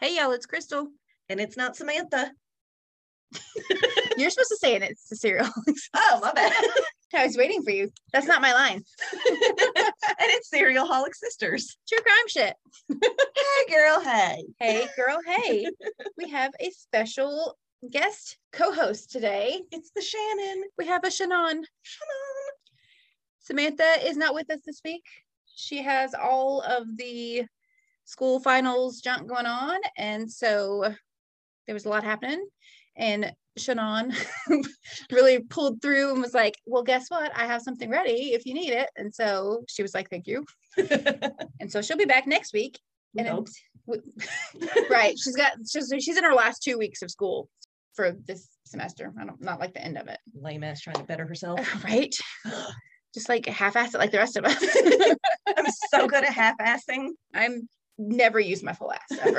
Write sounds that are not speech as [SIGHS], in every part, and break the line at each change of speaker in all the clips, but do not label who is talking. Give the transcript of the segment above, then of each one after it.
Hey y'all, it's Crystal. And it's not Samantha.
You're supposed to say it. It's the cereal. [LAUGHS]
Oh, my bad. [LAUGHS]
I was waiting for you. That's not my line.
and it's Serial Holic Sisters.
True crime shit.
Hey girl, hey.
Hey, girl. Hey, we have a special guest co-host today.
It's the Shannon.
We have a Shannon.
Shannon.
Samantha is not with us this week. She has all of the school finals junk going on, and so there was a lot happening. And Shannon [LAUGHS] really pulled through and was like, "Well, guess what? I have something ready if you need it." And so she was like, "Thank you." and so she'll be back next week. And
Nope.
w- right, she's got she's she's in her last two weeks of school for this semester. I don't not like the end of it,
Lame ass trying to better herself. [LAUGHS]
[SIGHS] right? Just like half-ass it, like the rest of us. [LAUGHS]
I'm so good at half-assing.
I'm never use my full ass ever. [LAUGHS]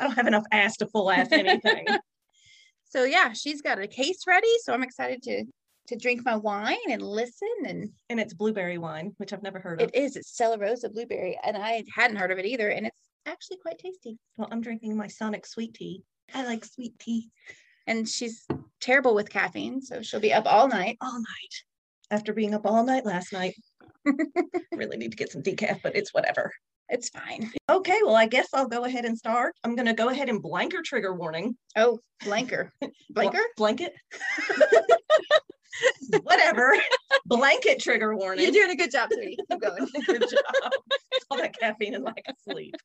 I don't have enough ass to full ass [LAUGHS] anything.
so yeah, she's got a case ready, so I'm excited to to drink my wine and listen. And
and it's blueberry wine, which I've never heard of.
it is it's Stella Rosa blueberry, and I hadn't heard of it either, and it's actually quite tasty.
Well, I'm drinking my Sonic sweet tea. I like sweet tea
And she's terrible with caffeine, so she'll be up all night.
all night. After being up all night last night. [LAUGHS] really need to get some decaf, but it's whatever.
It's fine.
Okay, well, I guess I'll go ahead and start. I'm going to go ahead and blanker trigger warning.
Oh, blanker.
Bl-
Blanker?
blanket. [LAUGHS] Whatever. Blanket trigger warning.
You're doing a good job, sweetie. Keep going.
[LAUGHS] Good
[LAUGHS]
job. All that caffeine and lack of sleep.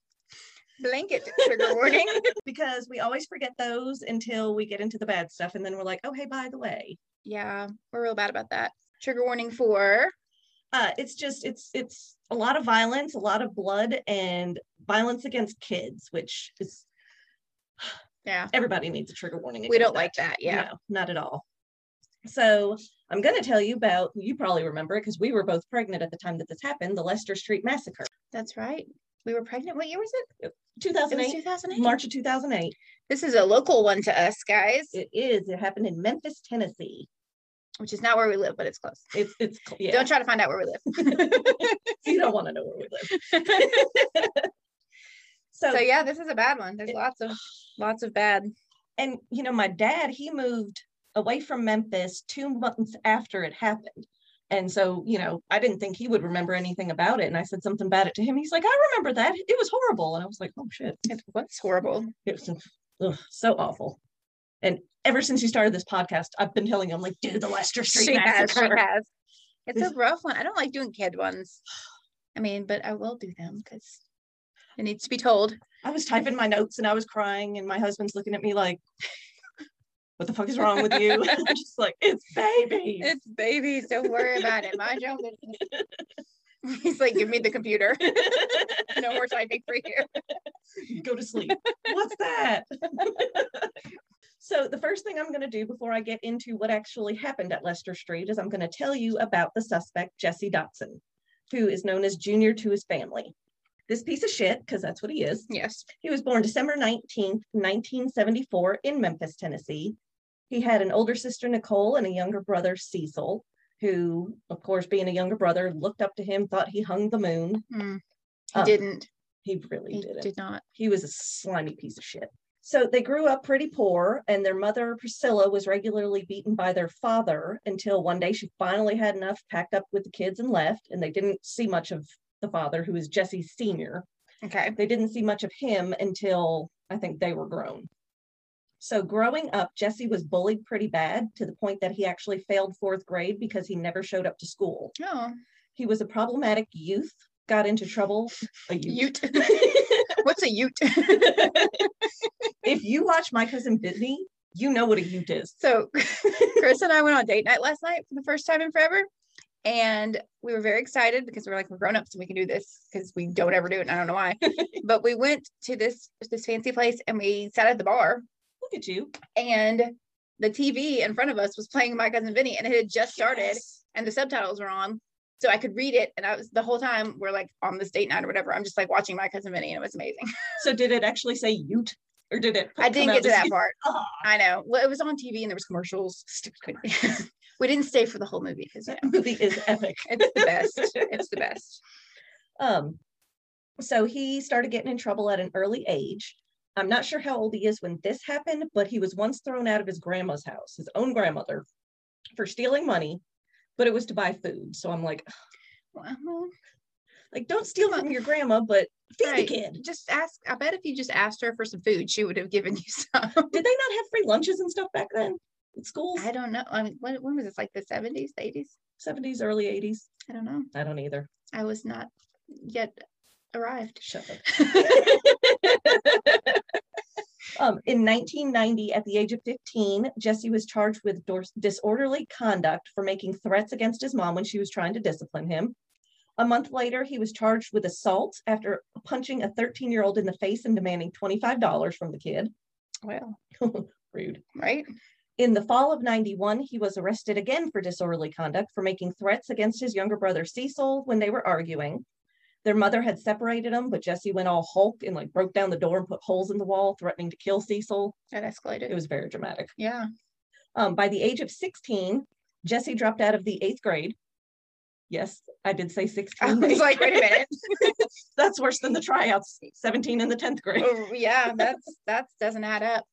Blanket trigger warning. [LAUGHS]
Because we always forget those until we get into the bad stuff. And then we're like, oh, hey, by the way.
Yeah, we're real bad about that. Trigger warning for
Uh, it's just, it's, it's a lot of violence, a lot of blood, and violence against kids, which is
yeah.
everybody needs a trigger warning.
We
against
don't
that.
like that. Yeah.
No, not at all. So I'm going to tell you about, you probably remember it because we were both pregnant at the time that this happened, the Lester Street Massacre,
That's right. We were pregnant. What year was it? It
2008,
was 2008.
March of 2008.
This is a local one to us, guys,
It is. It happened in Memphis, Tennessee.
which is not where we live, but it's close.
It's, it's, cl- yeah.
Don't try to find out where we [LAUGHS] live.
you don't want to know where we live.
[LAUGHS]
so,
so yeah, this is a bad one. There's
It-
lots of lots of bad.
and you know, my dad, he moved away from Memphis two months after it happened. And so, you know, I didn't think he would remember anything about it. And I said something about it to him. He's like, I remember that. It was horrible. And I was like, oh shit.
It was horrible.
It was ugh, so awful. And ever since you started this podcast, I've been telling him, like, do the Lester Street
she has. She
Massacre.
has. It's a
This-
rough one. I don't like doing kid ones. I mean, but I will do them because it needs to be told.
I was typing my notes and I was crying, and my husband's looking at me like, [LAUGHS] "What the fuck is wrong with you?" [LAUGHS] And I'm just like, "It's baby."
It's babies. Don't worry about it. My job. is- [LAUGHS] He's like, give me the computer. No more typing for
[LAUGHS]
you. [LAUGHS]
Go to sleep. What's that? [LAUGHS] so the first thing I'm going to do before I get into what actually happened at Lester Street is I'm going to tell you about the suspect Jesse Dotson, who is known as Junior to his family. This piece of shit, because that's what he is.
Yes.
He was born December 19th, 1974, in Memphis, Tennessee. He had an older sister, Nicole, and a younger brother, Cecil, who, of course, being a younger brother, looked up to him, thought he hung the moon.
Mm. He
Um,
didn't.
He really
He
didn't.
did not.
He was a slimy piece of shit. So they grew up pretty poor, and their mother, Priscilla, was regularly beaten by their father until one day she finally had enough, packed up with the kids, and left. And they didn't see much of the father, who is Jesse's senior,
Okay.
they didn't see much of him until I think they were grown. So, growing up, Jesse was bullied pretty bad to the point that he actually failed fourth grade because he never showed up to school.
Oh,
He was a problematic youth, got into trouble. A youth.
Ute. [LAUGHS] What's a Ute?
if you watch My Cousin Vinny, You know what a ute is.
[LAUGHS] So Chris and I went on date night last night for the first time in forever. And we were very excited because we were like, we're grown ups and we can do this because we don't ever do it. And I don't know why. [LAUGHS] but we went to this this fancy place and we sat at the bar
Look at you.
and the TV in front of us was playing My Cousin Vinny and it had just started
Yes.
and the subtitles were on. So I could read it. And I was the whole time we're like on this date night or whatever. I'm just like watching My Cousin Vinny and it was amazing.
So did it actually say ute or did it?
I didn't
come out
get to
as
that
ute?
[LAUGHS] part.
Ah.
I know. Well, it was on TV and there was commercials. Stupid. [LAUGHS] we didn't stay for the whole movie because you
That
know,
movie is epic.
it's the best. It's the best.
Um, so he started getting in trouble at an early age. I'm not sure how old he is when this happened, but he was once thrown out of his grandma's house, his own grandmother, for stealing money, but it was to buy food. So I'm like,
Well,
like, don't steal from your grandma, but feed
Right.
the kid.
just ask. I bet if you just asked her for some food, she would have given you some. [LAUGHS]
Did they not have free lunches and stuff back then? At schools,
I don't know. I mean, when, when was this? Like the 70s, 80s?
70s, early 80s.
I don't know.
I don't either.
I was not yet arrived. [LAUGHS]
Shut up. Um, in 1990, at the age of 15, Jesse was charged with dor- disorderly conduct for making threats against his mom when she was trying to discipline him. A month later, he was charged with assault after punching a 13 year old in the face and demanding $25 from the kid.
well,
[LAUGHS] Rude.
right?
In the fall of 91, he was arrested again for disorderly conduct for making threats against his younger brother Cecil when they were arguing. Their mother had separated them, but Jesse went all Hulk and like broke down the door and put holes in the wall, threatening to kill Cecil.
That escalated.
It was very dramatic.
[LAUGHS] yeah.
Um, by the age of 16, Jesse dropped out of the eighth grade. Yes, I did say 16.
[LAUGHS] I was like, wait a minute.
[LAUGHS] That's worse than the tryouts, 17 in the 10th grade.
Oh, yeah, that's that doesn't add up.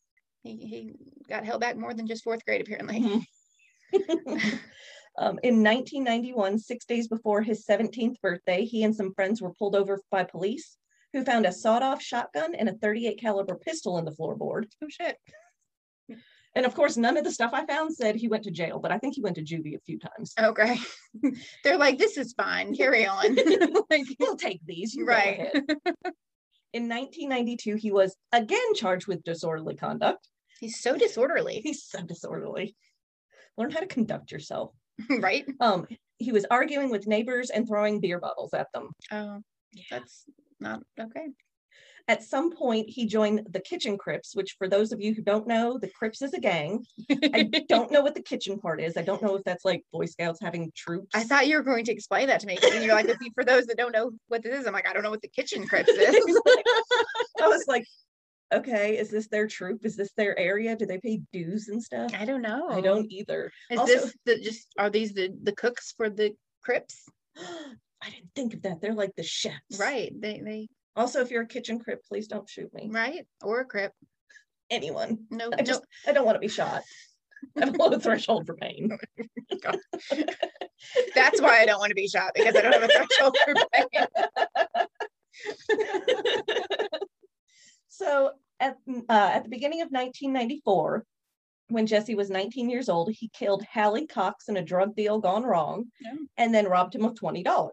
He, he got held back more than just fourth grade, apparently.
Um, in 1991, six days before his 17th birthday, he and some friends were pulled over by police who found a sawed-off shotgun and a 38 caliber pistol in the floorboard.
Oh shit.
And of course, none of the stuff I found said he went to jail, but I think he went to juvie a few times.
Okay. Oh, [LAUGHS] They're like, this is fine. Carry on. [LAUGHS] like,
[LAUGHS] We'll take these, you go
Right.
ahead. [LAUGHS] In 1992, he was again charged with disorderly conduct. [LAUGHS]
he's so disorderly,
He's so disorderly. Learn how to conduct yourself.
[LAUGHS] right?
Um, he was arguing with neighbors and throwing beer bottles at them.
Oh, that's not okay.
At some point, he joined the Kitchen Crips, which, for those of you who don't know, the Crips is a gang. I don't know what the kitchen part is. I don't know if that's like Boy Scouts having troops.
I thought you were going to explain that to me. And you're like, if you- for those that don't know what this is, I'm like, I don't know what the kitchen crips is.
[LAUGHS] I was like, okay, is this their troop? Is this their area? Do they pay dues and stuff?
[LAUGHS] I don't know.
I don't either. [GASPS]
Is
also-
this the just are these the the cooks for the crips?
I didn't think of that. They're like the chefs.
Right. They they
Also, if you're a kitchen crip, please don't shoot me.
right or a crip.
Anyone.
No,
I
no.
just I don't want to be shot. I'm below the threshold for pain.
[LAUGHS] That's why I don't want to be shot because I don't have a threshold for pain.
so at, uh, at the beginning of 1994 when jesse was 19 years old he killed hallie cox in a drug deal gone wrong
Yeah.
and then robbed him of $20
[LAUGHS]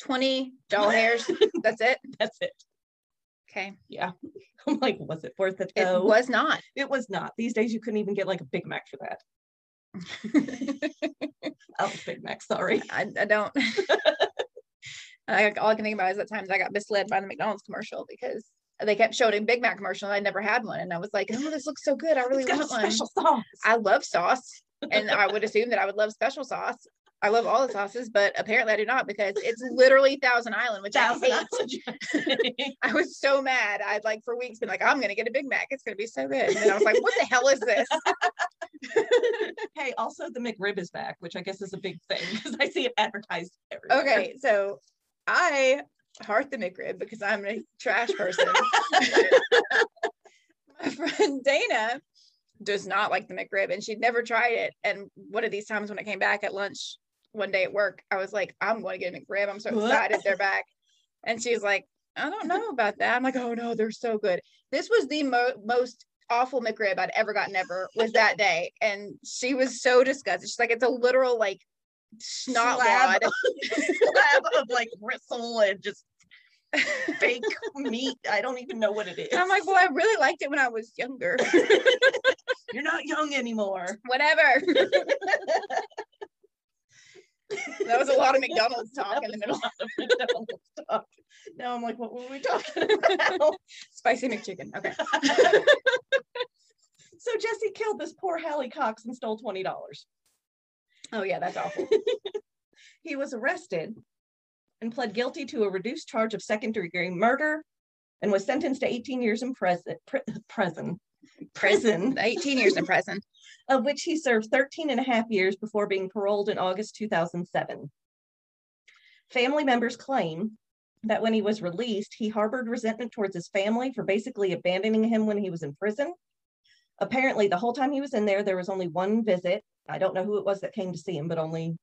Twenty doll hairs. [LAUGHS] That's it.
[LAUGHS] that's it
Okay.
yeah [LAUGHS] i'm like was it worth it
It
though [LAUGHS]
was not.
it was not these days you couldn't even get like a big mac for that oh big mac sorry
I, I don't. [LAUGHS] I, all I can think about is that times I got misled by the McDonald's commercial because they kept showing a Big Mac commercial and I never had one. And I was like, oh, this looks so good. I really
it's got a
want one.
special sauce
I
[LAUGHS]
love sauce. And I would assume that I would love special sauce. I love all the sauces, but apparently I do not because it's literally Thousand Island, which
Thousand
I hate.
Island.
I was so mad. I'd like for weeks been like, I'm gonna get a Big Mac. It's gonna be so good. And then I was like, what the hell is this? [LAUGHS]
hey also the mcrib is back which i guess is a big thing because i see it advertised everywhere.
Okay, so I heart the McRib because I'm a trash person.
[LAUGHS]
My friend Dana does not like the McRib and she'd never tried it. And one of these times when I came back at lunch one day at work, I was like, I'm going to get a McRib. I'm so
What?
excited they're back. And she's like, I don't know about that. I'm like, oh no, they're so good. This was the mo- most awful McRib I'd ever gotten ever was that day. And she was so disgusted. She's like, it's a literal like snot
[LAUGHS] Slab
wad
[LAUGHS] slab of like gristle and just fake meat. I don't even know what it is.
I'm like, well, I really liked it when I was younger. [LAUGHS]
You're not young anymore.
[LAUGHS] Whatever. That was a lot of McDonald's talk in
[LAUGHS]
the middle.
middle. Now I'm like, what were we talking
[LAUGHS]
about? [LAUGHS]
Spicy McChicken. Okay.
so Jesse killed this poor Hallie Cox and stole twenty dollars.
Oh yeah, that's awful.
He was arrested and pled guilty to a reduced charge of second degree murder, and was sentenced to 18 years in prison. Pri- prison. Prison,
[LAUGHS] 18 years in prison.
of which he served 13 and a half years before being paroled in August 2007. Family members claim that when he was released, he harbored resentment towards his family for basically abandoning him when he was in prison. Apparently, the whole time he was in there, there was only one visit. I don't know who it was that came to see him, but only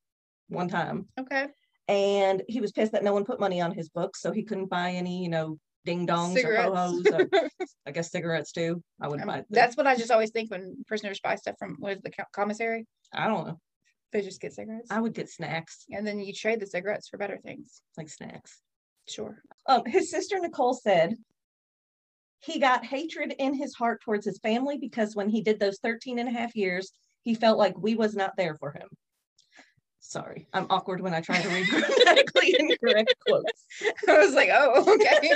one time.
Okay.
And he was pissed that no one put money on his books, so he couldn't buy any, you know, ding dongs or
Cigarettes. Um,
ho-hos.
[LAUGHS]
Or, I guess cigarettes too. I wouldn't buy.
That's what I just always think when prisoners buy stuff from was the co- commissary.
I don't know.
They just get cigarettes,
I would get snacks,
and then you trade the cigarettes for better things.
like snacks.
Sure.
Um, his sister Nicole said he got hatred in his heart towards his family because when he did those 13 and a half years, he felt like we was not there for him. Sorry, I'm awkward when I try to read [LAUGHS] grammatically incorrect quotes.
[LAUGHS] I was like, oh, okay.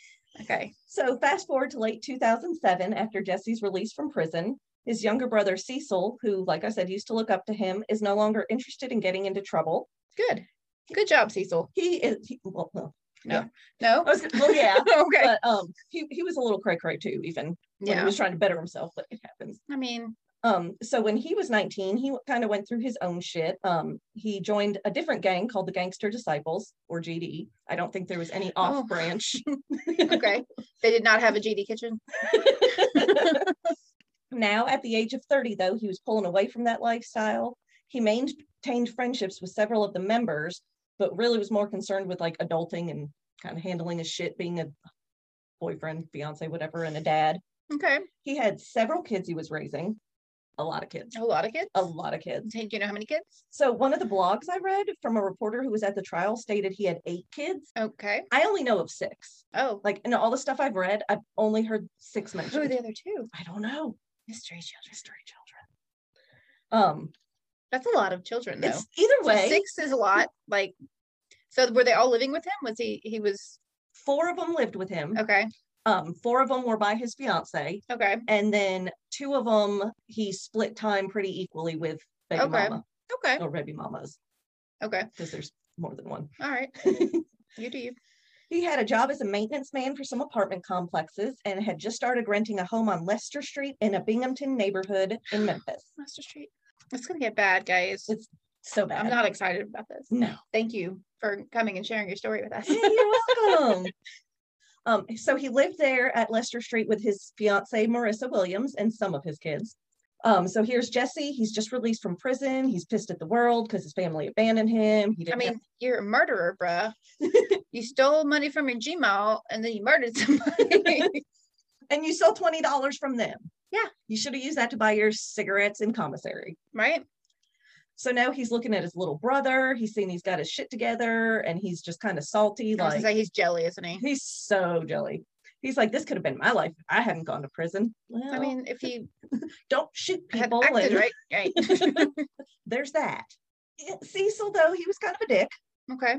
[LAUGHS] okay.
So fast forward to late 2007, after Jesse's release from prison, his younger brother Cecil, who, like I said, used to look up to him, is no longer interested in getting into trouble.
Good. Good job, Cecil.
He is, he, well, well,
No. [LAUGHS]
I was, well, yeah,
okay.
but um, he, he was a little cray cray too, even when he
yeah.
was trying to better himself, but it happens.
I mean,
Um, so when he was 19, he kind of went through his own shit. Um, he joined a different gang called the Gangster Disciples or GD. I don't think there was any off
Oh.
branch.
okay. they did not have a GD kitchen.
[LAUGHS] now, at the age of 30, though, he was pulling away from that lifestyle. He maintained friendships with several of the members, but really was more concerned with like adulting and kind of handling his shit, being a boyfriend, fiance, whatever, and a dad.
Okay.
He had several kids he was raising, a lot of kids,
A lot of kids.
a lot of kids.
Do you know how many kids?
So one of the blogs I read from a reporter who was at the trial stated he had eight kids.
Okay.
I only know of six.
Oh,
Like in all the stuff I've read, I've only heard six
who are
mentioned.
the other two?
I don't know.
Mystery children.
Mystery children. Um,
That's a lot of children, though.
it's either
So
way.
six is a lot. Like, so were they all living with him? Was he? He was
Four of them lived with him.
okay.
Um, four of them were by his fiance,
Okay.
and then two of them he split time pretty equally with baby
Okay.
mama
Okay.
or baby mamas
Okay.
because there's more than one. [LAUGHS]
All right. You do you.
He had a job as a maintenance man for some apartment complexes and had just started renting a home on Lester Street in a Binghamton neighborhood in Memphis.
Master Street. It's gonna get bad, guys.
It's so bad.
I'm not excited about this.
No.
Thank you for coming and sharing your story
[LAUGHS]
with us.
Hey, you're welcome. um, so he lived there at Lester Street with his fiancee Marissa Williams and some of his kids. Um, so here's Jesse. He's just released from prison. He's pissed at the world because his family abandoned him. He
I
didn't.
mean, you're a murderer,
[LAUGHS]
bruh. you stole money from your Gmail and then you murdered somebody. [LAUGHS]
and you stole twenty dollars from them.
Yeah.
you should have used that to buy your cigarettes in commissary.
right?
So now he's looking at his little brother. He's seen he's got his shit together and he's just kind of salty.
I was gonna
Like,
say he's jelly, isn't he?
he's so jelly. He's like, this could have been my life. if I hadn't gone to prison. Well,
I mean, if he
don't shoot
had
people.
acted
and
right, right.
There's that. Yeah, Cecil, though, he was kind of a dick.
[LAUGHS] okay.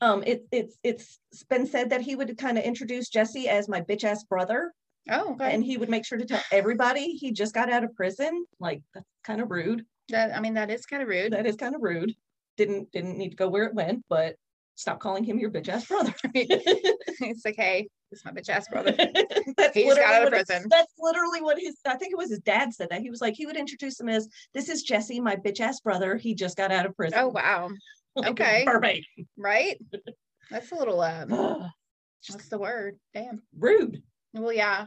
Um, it, it's it's been said that he would kind of introduce Jesse as my bitch ass brother,
Oh, okay.
and he would make sure to tell everybody he just got out of prison. Like that's kind of rude.
that I mean, that is kind of rude.
That is kind of rude. Didn't didn't need to go where it went, but stop calling him your bitch ass brother.
[LAUGHS] it's like, hey, this is my bitch ass [LAUGHS] brother.
[LAUGHS] that's
He just got out of
what it-
prison.
that's literally what his I think it was his dad said that. He was like, he would introduce him as this is Jesse, my bitch ass brother. He just got out of prison.
Oh wow.
[LAUGHS] Like,
okay.
Burbank.
Right? That's a little [LAUGHS] um what's the word? Damn.
Rude.
Well, [LAUGHS] yeah.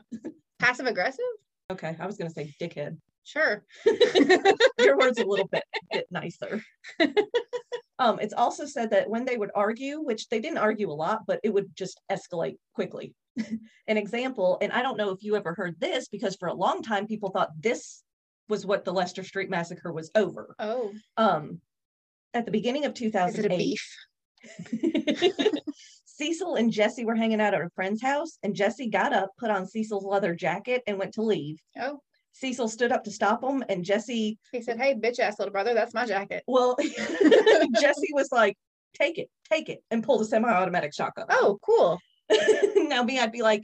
Passive aggressive?
Okay. I was gonna say dickhead. [LAUGHS]
Sure.
Your word's a little bit bit nicer. [LAUGHS] um, it's also said that when they would argue, which they didn't argue a lot, but it would just escalate quickly. [LAUGHS] An example, and I don't know if you ever heard this because for a long time people thought this was what the Lester Street massacre was over.
Oh,
um at the beginning of
is it a
2008
beef?
[LAUGHS] Cecil and Jesse were hanging out at a friend's house, and Jesse got up, put on Cecil's leather jacket, and went to leave.
Oh,
Cecil stood up to stop him, and Jesse,
he said, "Hey, bitch ass little brother, that's my jacket."
well, [LAUGHS] Jesse was like, take it, take it, and pulled a semi automatic shotgun.
Oh, cool.
[LAUGHS] now me, I'd be like,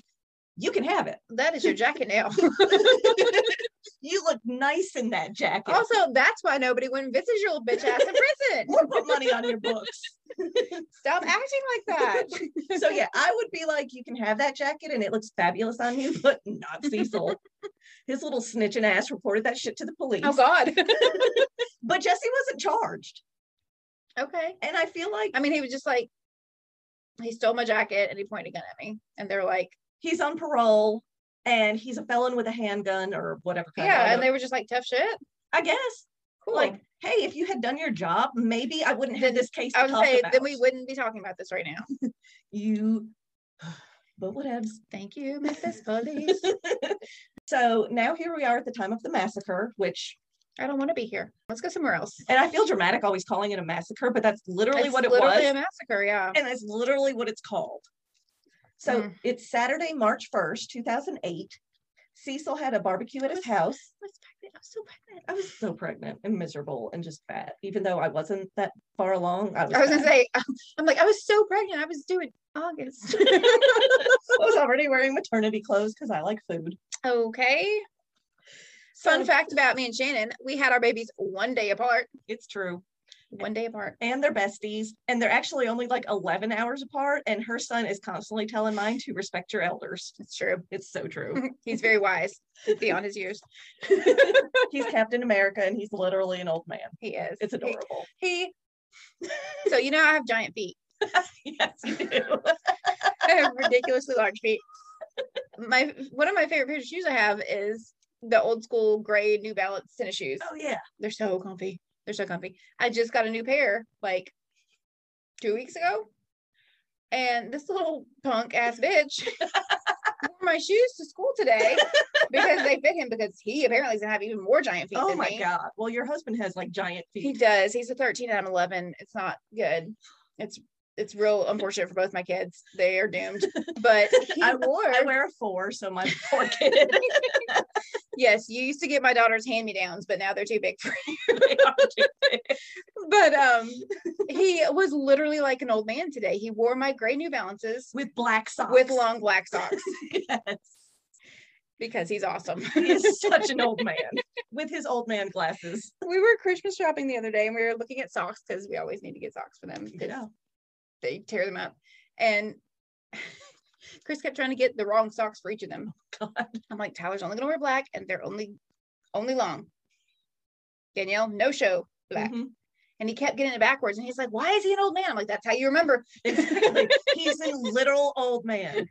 you can have it.
That is your jacket now. [LAUGHS]
you look nice in that jacket.
also, that's why nobody went and visits your little bitch ass in [LAUGHS] prison.
We'll put money on your books.
Stop acting like that.
So yeah, I would be like, you can have that jacket and it looks fabulous on you, [LAUGHS] but not Cecil. His little snitching ass reported that shit to the police.
[LAUGHS] Oh God.
But Jesse wasn't charged.
[LAUGHS] okay.
And I feel like
I mean, he was just like, he stole my jacket and he pointed a gun at me, and they're like,
he's on parole and he's a felon with a handgun or whatever kind
yeah,
of
and they were just like, tough shit.
I guess.
Cool.
Like, hey, if you had done your job, maybe I wouldn't have
Then
this case.
I
to
would
talk
say
about.
then we wouldn't be talking about this right
[LAUGHS]
now.
you [SIGHS] but whatevs.
Thank you, Memphis Police.
So now here we are at the time of the massacre, which
[LAUGHS] I don't want to be here. Let's go somewhere else.
and I feel dramatic always calling it a massacre, but that's literally
It's
what it
literally
was.
a massacre. Yeah.
and that's literally what it's called. So
Hmm.
it's Saturday, March 1st, 2008. Cecil had a barbecue at his house.
I was pregnant. I was so pregnant.
I was so pregnant and miserable and just fat, even though I wasn't that far along. I was,
I was gonna
fat.
say, um, I'm like, I was so pregnant. I was due in
[LAUGHS]
August.
[LAUGHS] I was already wearing maternity clothes because I like food.
okay. Fun fact about me and Shannon: we had our babies one day apart.
It's true.
One day apart.
And they're besties. And they're actually only like 11 hours apart. And her son is constantly telling mine to respect your elders.
It's true.
It's so true. [LAUGHS]
He's very wise beyond his years.
he's Captain America and he's literally an old man.
He is.
It's [LAUGHS]
He-
adorable.
He. so you know I have giant feet.
yes, you do.
I have ridiculously large feet. My one of my favorite pair of shoes I have is the old school gray New Balance tennis shoes.
Oh, yeah.
They're so comfy. They're so comfy. I just got a new pair like two weeks ago, and this little punk
[LAUGHS]
ass bitch wore my shoes to school today because they fit him because he apparently doesn't have even more giant feet.
Oh
than
my
me.
god. Well, your husband has like giant
He
feet.
does. He's a 13 and I'm 11. It's not good. It's it's real unfortunate for both my kids. They are [LAUGHS] doomed. But he
I-
wore.
I wear a four, so [LAUGHS] my poor kid.
yes, you used to get my daughter's hand me downs, but now they're too big for
they are too big.
[LAUGHS] But um, [LAUGHS] he was literally like an old man today. He wore my gray New Balances
with black socks.
with long black socks
[LAUGHS] Yes. [LAUGHS]
because he's awesome.
He is such an old man [LAUGHS] with his old man glasses.
[LAUGHS] we were Christmas shopping the other day and we were looking at socks because we always need to get socks for [LAUGHS] them. 'cause
Yeah.
they tear them up. And [LAUGHS] Chris kept trying to get the wrong socks for each of [LAUGHS] them. I'm like, Tyler's only gonna wear black and they're only only long. Danielle, no show black.
Mhm.
And he kept getting it backwards. And he's like, Why is he an old man? I'm like, that's how you remember.
[LAUGHS] Exactly.
[LAUGHS]
He's a literal old man.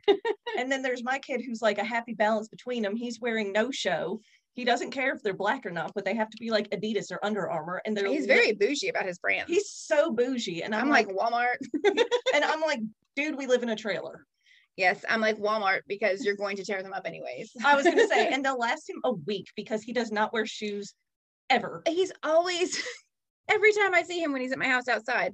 And then there's my kid who's like a happy balance between them. He's wearing no show. He doesn't care if they're black or not, but they have to be like Adidas or Under Armour. And they're
He's
lit-
very bougie about his brand.
he's so bougie. And I'm,
I'm
like,
like Walmart. [LAUGHS]
and I'm like, dude, we live in a trailer.
Yes, I'm like Walmart because you're going to tear them up [LAUGHS] anyways.
I was gonna say, and they'll last him a week because he does not wear shoes ever.
he's always [LAUGHS] every time I see him when he's at my house outside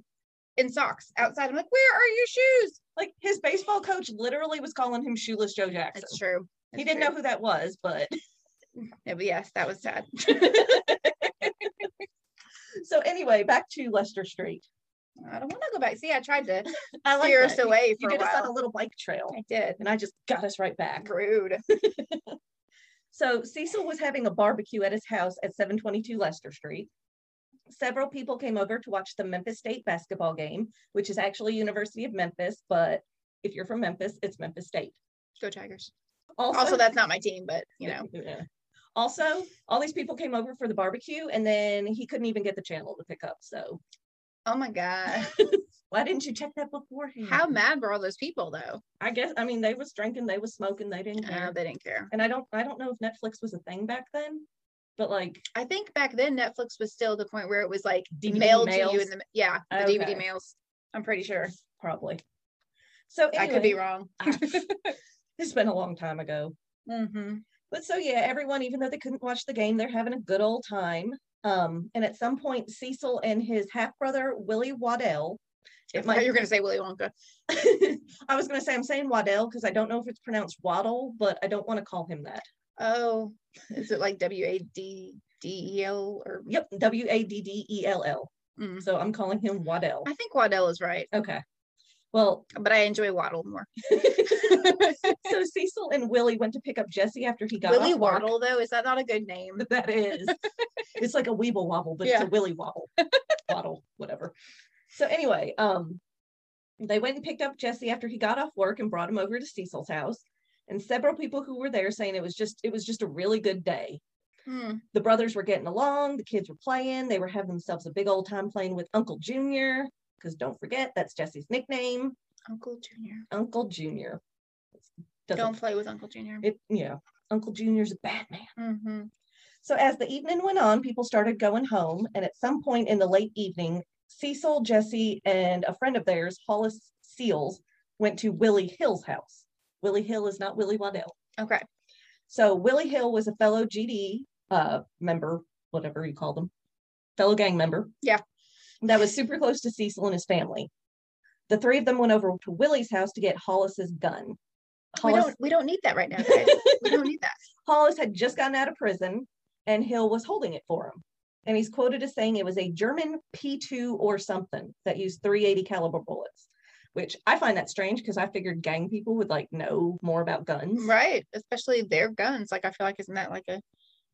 in socks outside. I'm like, where are your shoes?
Like his baseball coach literally was calling him shoeless Joe Jackson.
That's true.
he
That's
didn't
true.
know who that was, but [LAUGHS]
Yeah, but yes, that was sad.
so anyway, back to Lester Street.
I don't want to go back. See, I tried to
I like
steer
that.
us away
You
for a
did us on
while.
a little bike trail,
I did.
and I just got us right back.
Rude.
So Cecil was having a barbecue at his house at 722 Lester Street. Several people came over to watch the Memphis State basketball game, which is actually University of Memphis, but if you're from Memphis, it's Memphis State. [LAUGHS]
Go Tigers.
Also,
Also, that's not my team, but
[LAUGHS]
you know,
Yeah. Also, all these people came over for the barbecue, and then he couldn't even get the channel to pick up. So,
oh my god,
[LAUGHS] why didn't you check that beforehand?
how mad were all those people though?
I guess I mean they was drinking, they was smoking, they didn't care.
Uh, they didn't care.
and I don't, I don't know if Netflix was a thing back then, but like
I think back then Netflix was still the point where it was like
DVD
mailed to you
mails?
in the yeah the
Okay.
DVD mails. I'm pretty sure.
probably. So
I could be
anyway,
wrong.
[LAUGHS] it's been a long time ago.
Mm-hmm.
But so yeah, everyone, even though they couldn't watch the game, they're having a good old time. Um, and at some point, Cecil and his half brother Willie Waddell
I
It
thought
might
you were going to say Willy Wonka.
[LAUGHS] I was going to say I'm saying Waddell because I don't know if it's pronounced Waddle, but I don't want to call him that.
Oh, is it like W A D D E L or?
Yep, W A D D E L L.
Mm.
So I'm calling him Waddell.
I think Waddell is right,
Okay. Well,
but I enjoy Waddle more.
[LAUGHS]
[LAUGHS]
so Cecil and Willie went to pick up Jesse after he got
Willy
off work.
Waddle though, is that not a good name?
That is. it's like a weeble wobble, but it's
Yeah.
a willy wobble. Waddle, whatever. So anyway, um they went and picked up Jesse after he got off work and brought him over to Cecil's house. And several people who were there saying it was just it was just a really good day.
Hmm.
The brothers were getting along, the kids were playing, they were having themselves a big old time playing with Uncle Junior, because don't forget that's Jesse's nickname,
Uncle Junior.
Uncle Junior.
Don't
Doesn't
play with Uncle Junior.
it yeah, Uncle Junior's a bad man.
Mm-hmm.
So as the evening went on, people started going home, and at some point in the late evening, Cecil, Jesse, and a friend of theirs, Hollis Seals, went to Willie Hill's house. Willie Hill is not Willie Waddell.
Okay.
So Willie Hill was a fellow GD uh, member, whatever you call them, fellow gang member.
Yeah.
That was super close to Cecil and his family. The three of them went over to Willie's house to get Hollis's gun.
We
Hollis,
don't. We don't need that right now, guys. we don't need that.
[LAUGHS] Hollis had just gotten out of prison and Hill was holding it for him. And he's quoted as saying it was a German P2 or something that used 380 caliber bullets, which I find that strange because I figured gang people would like know more about guns.
Right. Especially their guns. Like I feel like isn't that like a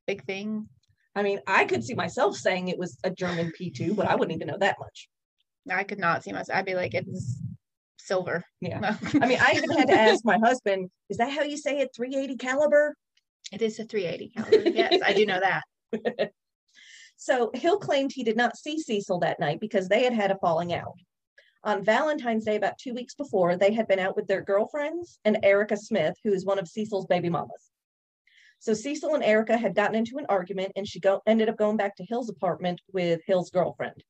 big thing?
I mean, I could see myself saying it was a German P2, but I wouldn't even know that much.
I could not see myself. I'd be like, it's silver.
Yeah.
[LAUGHS] No.
I mean, I even had to ask my husband, is that how you say it, 380 caliber?
it is a 380 caliber. Yes, I do know that.
[LAUGHS] So Hill claimed he did not see Cecil that night because they had had a falling out. On Valentine's Day, about two weeks before, they had been out with their girlfriends and Erica Smith, who is one of Cecil's baby mamas. So Cecil and Erica had gotten into an argument, and she go- ended up going back to Hill's apartment with Hill's girlfriend.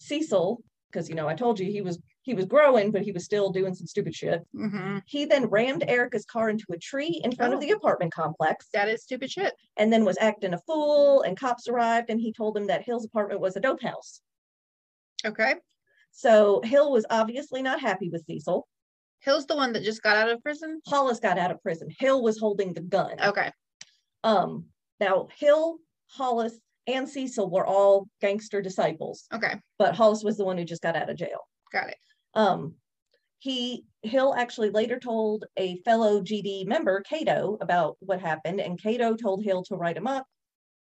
Cecil, because you know I told you he was he was growing, but he was still doing some stupid shit.
Mm-hmm.
He then rammed Erica's car into a tree in front
Oh.
of the apartment complex
That is stupid shit.
and then was acting a fool and cops arrived and he told them that Hill's apartment was a dope house.
Okay.
So Hill was obviously not happy with Cecil.
Hill's the one that just got out of prison.
Hollis got out of prison. Hill was holding the gun.
Okay.
Um now Hill, Hollis, and Cecil were all gangster disciples,
Okay.
but Hollis was the one who just got out of jail.
Got it.
Um he Hill actually later told a fellow GD member, Cato, about what happened, and Cato told Hill to write him up,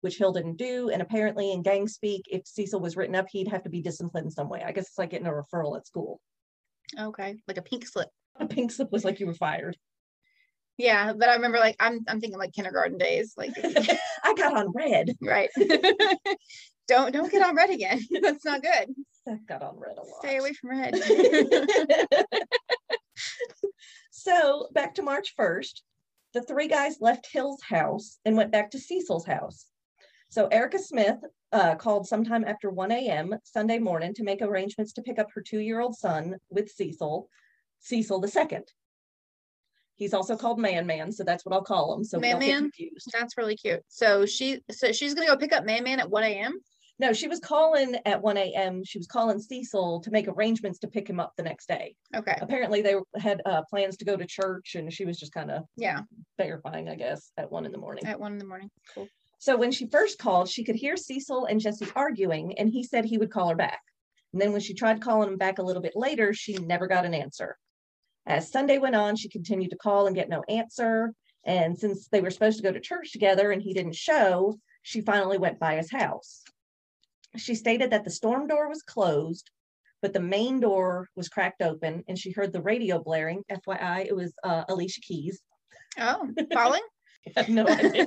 which Hill didn't do. And apparently, in gang speak, if Cecil was written up, he'd have to be disciplined some way. I guess it's like getting a referral at school. [LAUGHS]
Okay. Like a pink slip.
A pink slip was like you were fired. [LAUGHS]
Yeah. But I remember like I'm I'm thinking like kindergarten days. Like
I got on red.
right. don't don't get on red again. [LAUGHS] That's not good.
I got on red a lot.
Stay away from
[LAUGHS]
red. [LAUGHS]
so back to March 1st, the three guys left Hill's house and went back to Cecil's house. So Erica Smith uh, called sometime after 1 a.m. Sunday morning to make arrangements to pick up her two year old son with Cecil, Cecil the second. He's also called Man Man, so that's what I'll call him. So we don't get
Man Man?
confused.
That's really cute. So she so she's gonna go pick up Man Man at 1 a.m.
No, she was calling at 1 a.m. She was calling Cecil to make arrangements to pick him up the next day.
Okay.
Apparently, they had uh, plans to go to church, and she was just kind of
Yeah.
verifying, I guess, at one in the morning.
At one in the morning. Cool.
So when she first called, she could hear Cecil and Jesse arguing, and he said he would call her back. And then when she tried calling him back a little bit later, she never got an answer. As Sunday went on, she continued to call and get no answer. And since they were supposed to go to church together and he didn't show, she finally went by his house. She stated that the storm door was closed, but the main door was cracked open and she heard the radio blaring. FYI, it was uh, Alicia Keys.
Oh, falling?
[LAUGHS] I have no idea.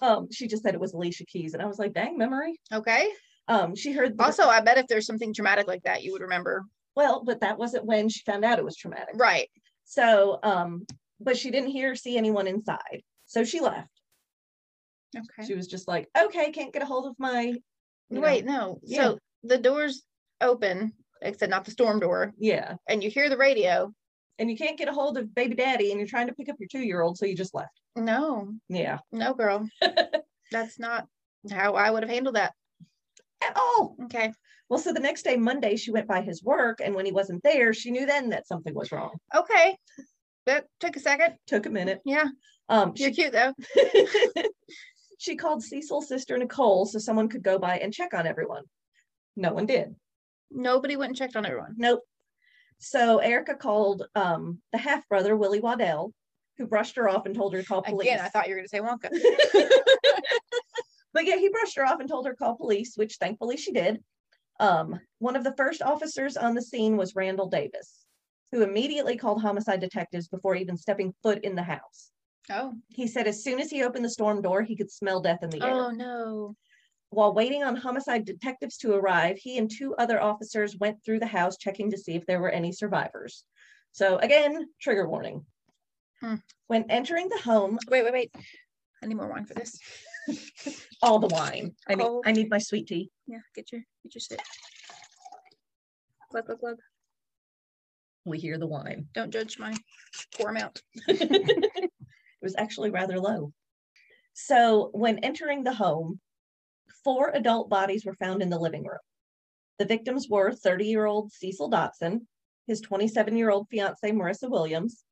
um, she just said it was Alicia Keys, and I was like, "Dang, memory."
Okay.
Um, she heard the-
Also, I bet if there's something traumatic like that, you would remember.
well, but that wasn't when she found out it was traumatic.
Right.
So, um, but she didn't hear or see anyone inside, so she left.
Okay.
She was just like, "Okay, can't get a hold of my." you know,
Wait, no.
Yeah.
So the door's open, except not the storm door,
yeah,
and you hear the radio.
and you can't get a hold of baby daddy, and you're trying to pick up your two year old, so you just left.
No,
Yeah.
no, girl. That's not how I would have handled that.
at all.
Okay.
Well, so the next day, Monday, she went by his work, and when he wasn't there, she knew then that something was wrong.
Okay. That took a second.
Took a minute.
Yeah.
Um,
You're
she,
cute though.
[LAUGHS] she called Cecil's sister Nicole so someone could go by and check on everyone. No one did.
Nobody went and checked on everyone.
Nope. So Erica called um, the half brother Willie Waddell, who brushed her off and told her to call police.
Again, I thought you were going to say Wonka.
[LAUGHS] but yeah, he brushed her off and told her call police, which thankfully she did. Um, one of the first officers on the scene was Randall Davis, who immediately called homicide detectives before even stepping foot in the house.
Oh.
He said as soon as he opened the storm door, he could smell death in the air.
Oh no.
While waiting on homicide detectives to arrive, he and two other officers went through the house checking to see if there were any survivors. So, again, trigger warning.
Hmm.
When entering the home,
Wait, wait, wait. I need more wine for this.
all the wine. I need,
Oh.
I need my sweet tea.
Yeah, get your get your sip. Glug glug glug.
We hear the wine.
Don't judge my poor amount.
[LAUGHS] it was actually rather low. So, when entering the home, four adult bodies were found in the living room. The victims were 30 year old Cecil Dotson, his 27 year old fiancee Marissa Williams,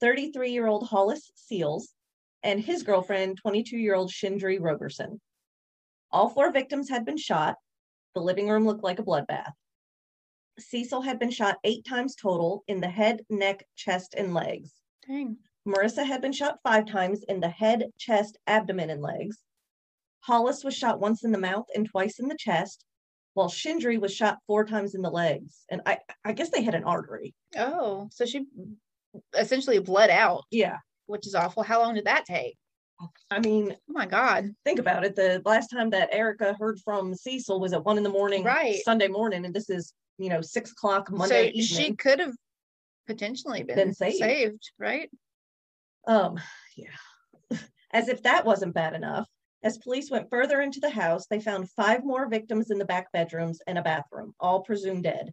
33 year old Hollis Seals, and his girlfriend, 22 year old Shindri Roberson. All four victims had been shot. The living room looked like a bloodbath. Cecil had been shot eight times total in the head, neck, chest, and legs.
Dang.
Marissa had been shot five times in the head, chest, abdomen, and legs. Hollis was shot once in the mouth and twice in the chest, while Shindri was shot four times in the legs. And I, I guess they had an artery.
Oh, so she essentially bled out,
Yeah.
which is awful. How long did that take?
I mean,
Oh my god.
think about it. The last time that Erica heard from Cecil was at one in the morning,
Right.
Sunday morning, and this is you know six o'clock
so
Monday
she
evening.
could have potentially been,
Been saved.
saved. right?
Um, yeah. [LAUGHS] As if that wasn't bad enough, as police went further into the house, they found five more victims in the back bedrooms and a bathroom, all presumed dead.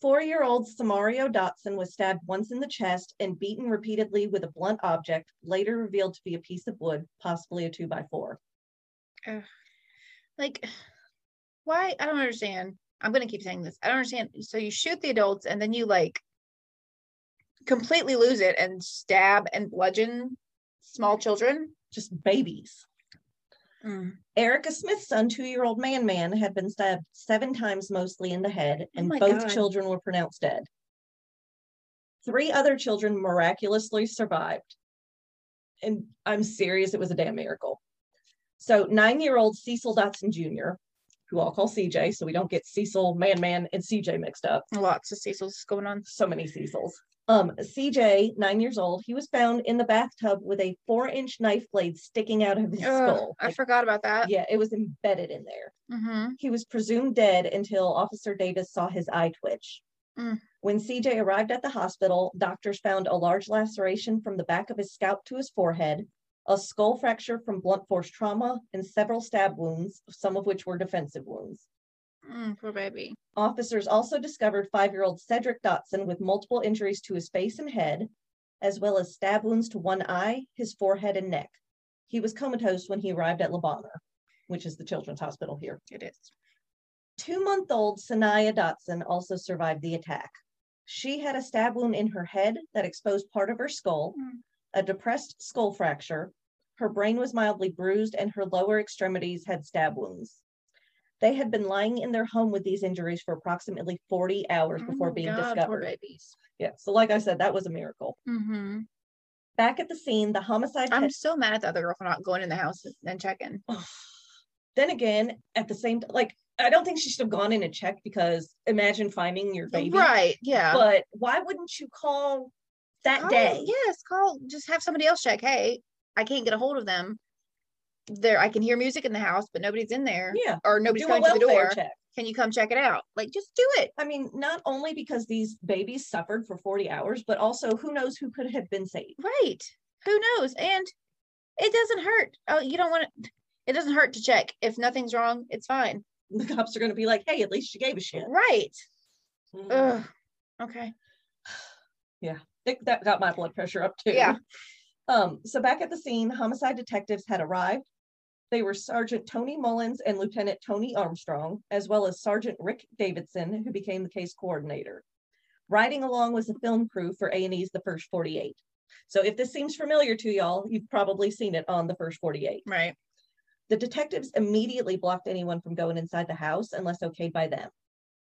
Four year old Samario Dotson was stabbed once in the chest and beaten repeatedly with a blunt object, later revealed to be a piece of wood, possibly a two by four.
Like why I don't understand. I'm gonna keep saying this. I don't understand. So you shoot the adults and then you like completely lose it and stab and bludgeon small children.
Just babies.
Mm.
Erica Smith's son, two year old Man Man, had been stabbed seven times, mostly in the head,
Oh
and
my
both
God.
children were pronounced dead. Three other children miraculously survived. And I'm serious, it was a damn miracle. So, nine year old Cecil Dotson Jr., who I'll call CJ, so we don't get Cecil, Man Man, and CJ mixed up
Lots of Cecil's going on.
so many Cecils. Um, CJ, nine years old, he was found in the bathtub with a four inch knife blade sticking out of his
Ugh,
skull.
I
Like,
forgot about that.
yeah, it was embedded in there.
Mm-hmm.
He was presumed dead until Officer Davis saw his eye twitch.
Mm.
When CJ arrived at the hospital, doctors found a large laceration from the back of his scalp to his forehead, a skull fracture from blunt force trauma, and several stab wounds, some of which were defensive wounds.
Mm, poor baby.
Officers also discovered five year old Cedric Dotson with multiple injuries to his face and head, as well as stab wounds to one eye, his forehead, and neck. He was comatose when he arrived at Le Bonheur, which is the children's hospital here.
It is.
Two month old Sanaya Dotson also survived the attack. She had a stab wound in her head that exposed part of her skull,
Mm.
a depressed skull fracture. Her brain was mildly bruised, and her lower extremities had stab wounds. They had been lying in their home with these injuries for approximately 40 hours
Oh
before
my
being
God, Poor
discovered.
babies.
Yeah, so like I said, that was a miracle.
Mm-hmm.
Back at the scene, the homicide.
I'm
had-
so mad at the other girl for not going in the house and checking.
then again, at the same like, I don't think she should have gone in and checked because imagine finding your baby.
Right. Yeah.
but why wouldn't you call that
Call-
day?
Yes. Call. Just have somebody else check. Hey, I can't get a hold of them. There, I can hear music in the house, but nobody's in there,
Yeah,
or nobody's
do a
coming to the
welfare
door.
check.
Can you come check it out? Like, just do it.
I mean, not only because these babies suffered for 40 hours, but also who knows who could have been saved. [LAUGHS]
Right. Who knows? And it doesn't hurt. Oh, you don't want to. It doesn't hurt to check. If nothing's wrong, it's fine.
The cops are going to be like, hey, at least she gave a shit.
Right.
Mm.
Ugh. Okay.
Think that got my blood pressure up too.
Yeah.
Um, so back at the scene, homicide detectives had arrived. They were Sergeant Tony Mullins and Lieutenant Tony Armstrong, as well as Sergeant Rick Davidson, who became the case coordinator. Riding along was the film crew for A&E's The First 48. So if this seems familiar to y'all, you've probably seen it on The First 48.
Right.
The detectives immediately blocked anyone from going inside the house unless okayed by them.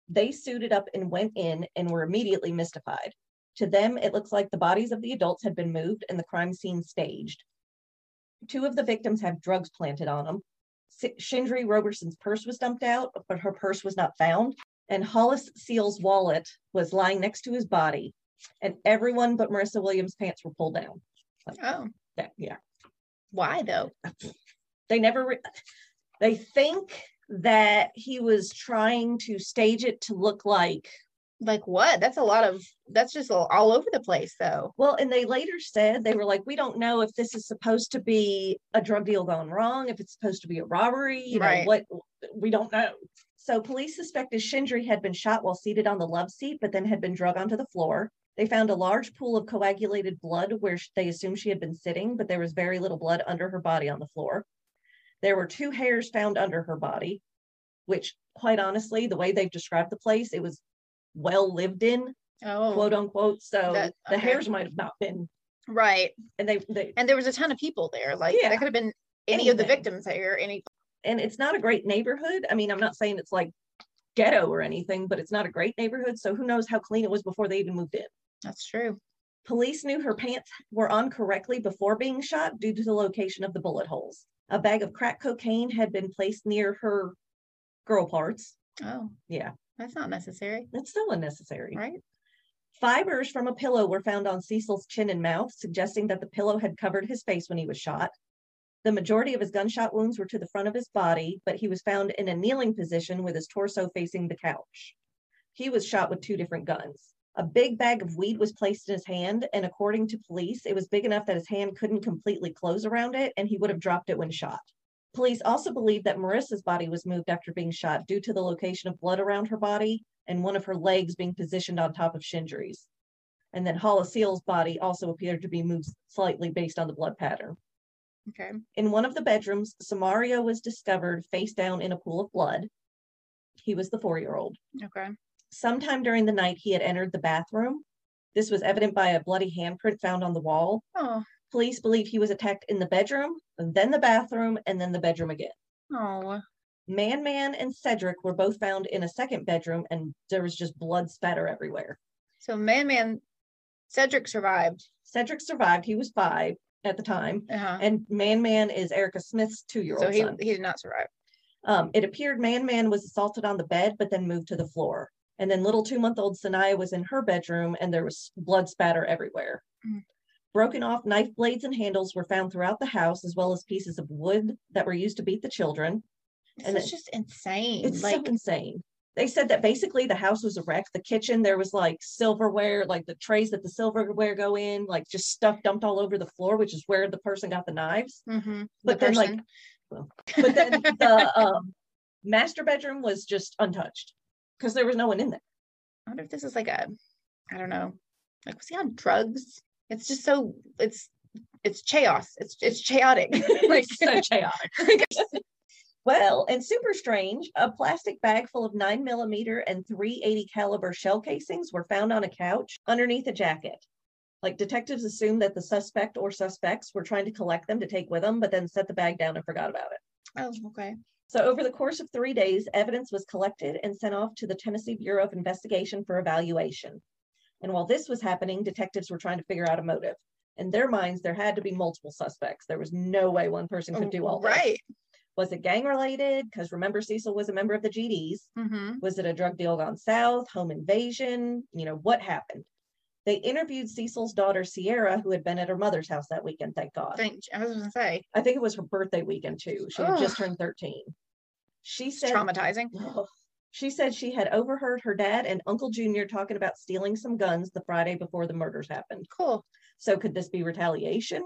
They suited up and went in and were immediately mystified. To them, it looks like the bodies of the adults had been moved and the crime scene staged. Two of the victims have drugs planted on them. Si- Shindri Roberson's purse was dumped out, but her purse was not found. And Hollis Seal's wallet was lying next to his body. And everyone but Marissa Williams' pants were pulled down.
Oh,
That- yeah.
why though?
They never, re- they think that he was trying to stage it to look like
Like what? That's a lot of. That's just all all over the place though.
Well, and they later said they were like, we don't know if this is supposed to be a drug deal gone wrong, if it's supposed to be a robbery, you
Right.
know, what we don't know. So police suspected Shindri had been shot while seated on the love seat, but then had been drug onto the floor. They found a large pool of coagulated blood where sh- they assumed she had been sitting, but there was very little blood under her body on the floor. There were two hairs found under her body, which, quite honestly, the way they've described the place, it was well lived in
Oh,
quote unquote. So
That-
the
okay.
hairs might have not been,
right.
and they, they
And there was a ton of people there. Like
Yeah.
that could have been any of the
Anything.
victims there. Any
and it's not a great neighborhood. I mean, I'm not saying it's like ghetto or anything, but it's not a great neighborhood. So who knows how clean it was before they even moved in.
That's true.
Police knew her pants were on correctly before being shot due to the location of the bullet holes. A bag of crack cocaine had been placed near her girl parts.
Oh,
Yeah,
that's not necessary,
it's still unnecessary.
right?
Fibers from a pillow were found on Cecil's chin and mouth, suggesting that the pillow had covered his face when he was shot. The majority of his gunshot wounds were to the front of his body, but he was found in a kneeling position with his torso facing the couch. He was shot with two different guns. A big bag of weed was placed in his hand, and according to police, it was big enough that his hand couldn't completely close around it, and he would have dropped it when shot. Police also believe that Marissa's body was moved after being shot due to the location of blood around her body and one of her legs being positioned on top of Shindri's. And then Hollis Seal's body also appeared to be moved slightly based on the blood pattern.
Okay.
In one of the bedrooms, Samario was discovered face down in a pool of blood. He was the four year old.
Okay.
Sometime during the night, he had entered the bathroom. This was evident by a bloody handprint found on the wall.
Oh,
Police believe he was attacked in the bedroom, then the bathroom, and then the bedroom again.
oh,
Man Man and Cedric were both found in a second bedroom, and there was just blood spatter everywhere.
so man, man, Cedric survived.
Cedric survived. He was five at the time.
Uh-huh.
And Man Man is Erica Smith's two year
So
old
he
son.
he did not survive.
Um, it appeared Man Man was assaulted on the bed, but then moved to the floor. And then little two month old Sanaya was in her bedroom, and there was blood spatter everywhere.
Mm.
Broken off knife blades and handles were found throughout the house, as well as pieces of wood that were used to beat the children.
This
And
is
it-
just insane.
It's
like
so insane. They said that basically the house was a wreck. The kitchen, there was like silverware, like the trays that the silverware go in, like just stuff dumped all over the floor, which is where the person got the knives.
mhm,
But
the
then, like,
person.
But then
[LAUGHS]
the um, master bedroom was just untouched because there was no one in there.
I wonder if this is like a, I don't know, like was he on drugs? It's just so it's it's chaos. It's it's chaotic. like
[LAUGHS] It's
[LAUGHS]
so chaotic. Well, and super strange, a plastic bag full of nine millimeter and 380 caliber shell casings were found on a couch underneath a jacket. Like detectives assumed that the suspect or suspects were trying to collect them to take with them, but then set the bag down and forgot about it.
oh okay.
So, over the course of three days, evidence was collected and sent off to the Tennessee Bureau of Investigation for evaluation. And while this was happening, detectives were trying to figure out a motive. In their minds, there had to be multiple suspects. There was no way one person
Oh,
could do all this.
right.
Was it gang related? Because remember, Cecil was a member of the GDs.
Mm-hmm.
Was it a drug deal gone south, home invasion? You know, what happened? They interviewed Cecil's daughter, Sierra, who had been at her mother's house that weekend, thank God.
Thank. I was gonna say
I think it was her birthday weekend, too. She had just
Ugh.
turned 13. She
it's
said,
traumatizing.
Ugh. she said she had overheard her dad and Uncle Junior talking about stealing some guns the Friday before the murders happened.
Cool.
So, could this be retaliation?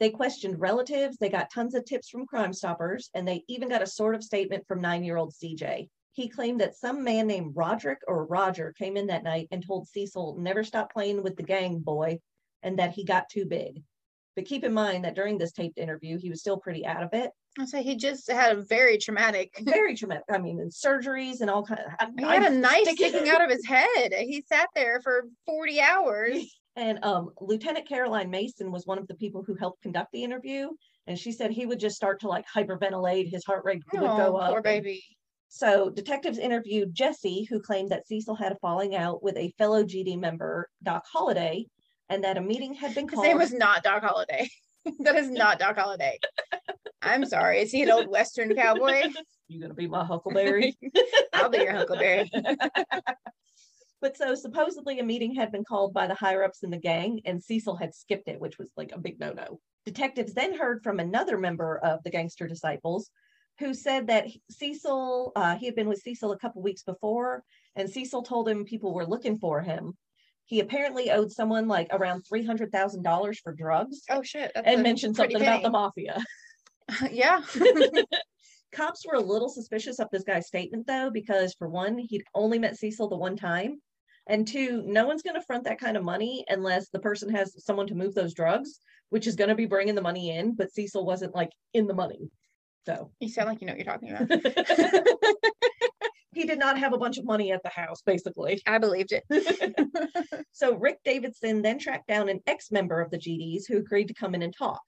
They questioned relatives, they got tons of tips from Crime Stoppers, and they even got a sort of statement from nine year old CJ. He claimed that some man named Roderick or Roger came in that night and told Cecil, never stop playing with the gang, boy, and that he got too big But keep in mind that during this taped interview, he was still pretty out of
[LAUGHS]
it.
I say he just had a very traumatic.
Very traumatic. I mean, and surgeries and all kind of.
He had a knife sticking out of his head. He sat there for
[LAUGHS]
40 hours.
And um, Lieutenant Caroline Mason was one of the people who helped conduct the interview, and she said he would just start to like hyperventilate. His heart rate would go
Oh,
up.
poor
and-
baby.
So detectives interviewed Jesse, who claimed that Cecil had a falling out with a fellow GD member, Doc Holliday, and that a meeting had been
His
called.
name was not Doc Holliday. [LAUGHS] that is not Doc Holliday. I'm sorry. Is he an old
[LAUGHS]
Western cowboy?
You're gonna be my Huckleberry.
[LAUGHS] I'll
[LAUGHS]
be your Huckleberry.
but so supposedly a meeting had been called by the higher ups in the gang, and Cecil had skipped it, which was like a big no no. Detectives then heard from another member of the Gangster Disciples, who said that he- Cecil, uh, he had been with Cecil a couple weeks before, and Cecil told him people were looking for him. He apparently owed someone like around three hundred thousand dollars for drugs.
Oh shit. that's
and
a
mentioned
pretty
something about the
penny.
mafia.
[LAUGHS] yeah.
Cops were a little suspicious of this guy's statement, though, because for one, he'd only met Cecil the one time. And two, no one's going to front that kind of money unless the person has someone to move those drugs, which is going to be bringing the money in. But Cecil wasn't like in the money. So [LAUGHS]
You sound like you know what you're talking about.
he did not have a bunch of money at the house, basically.
I believed
[LAUGHS]
it.
So Rick Davidson then tracked down an ex member of the GDs who agreed to come in and talk.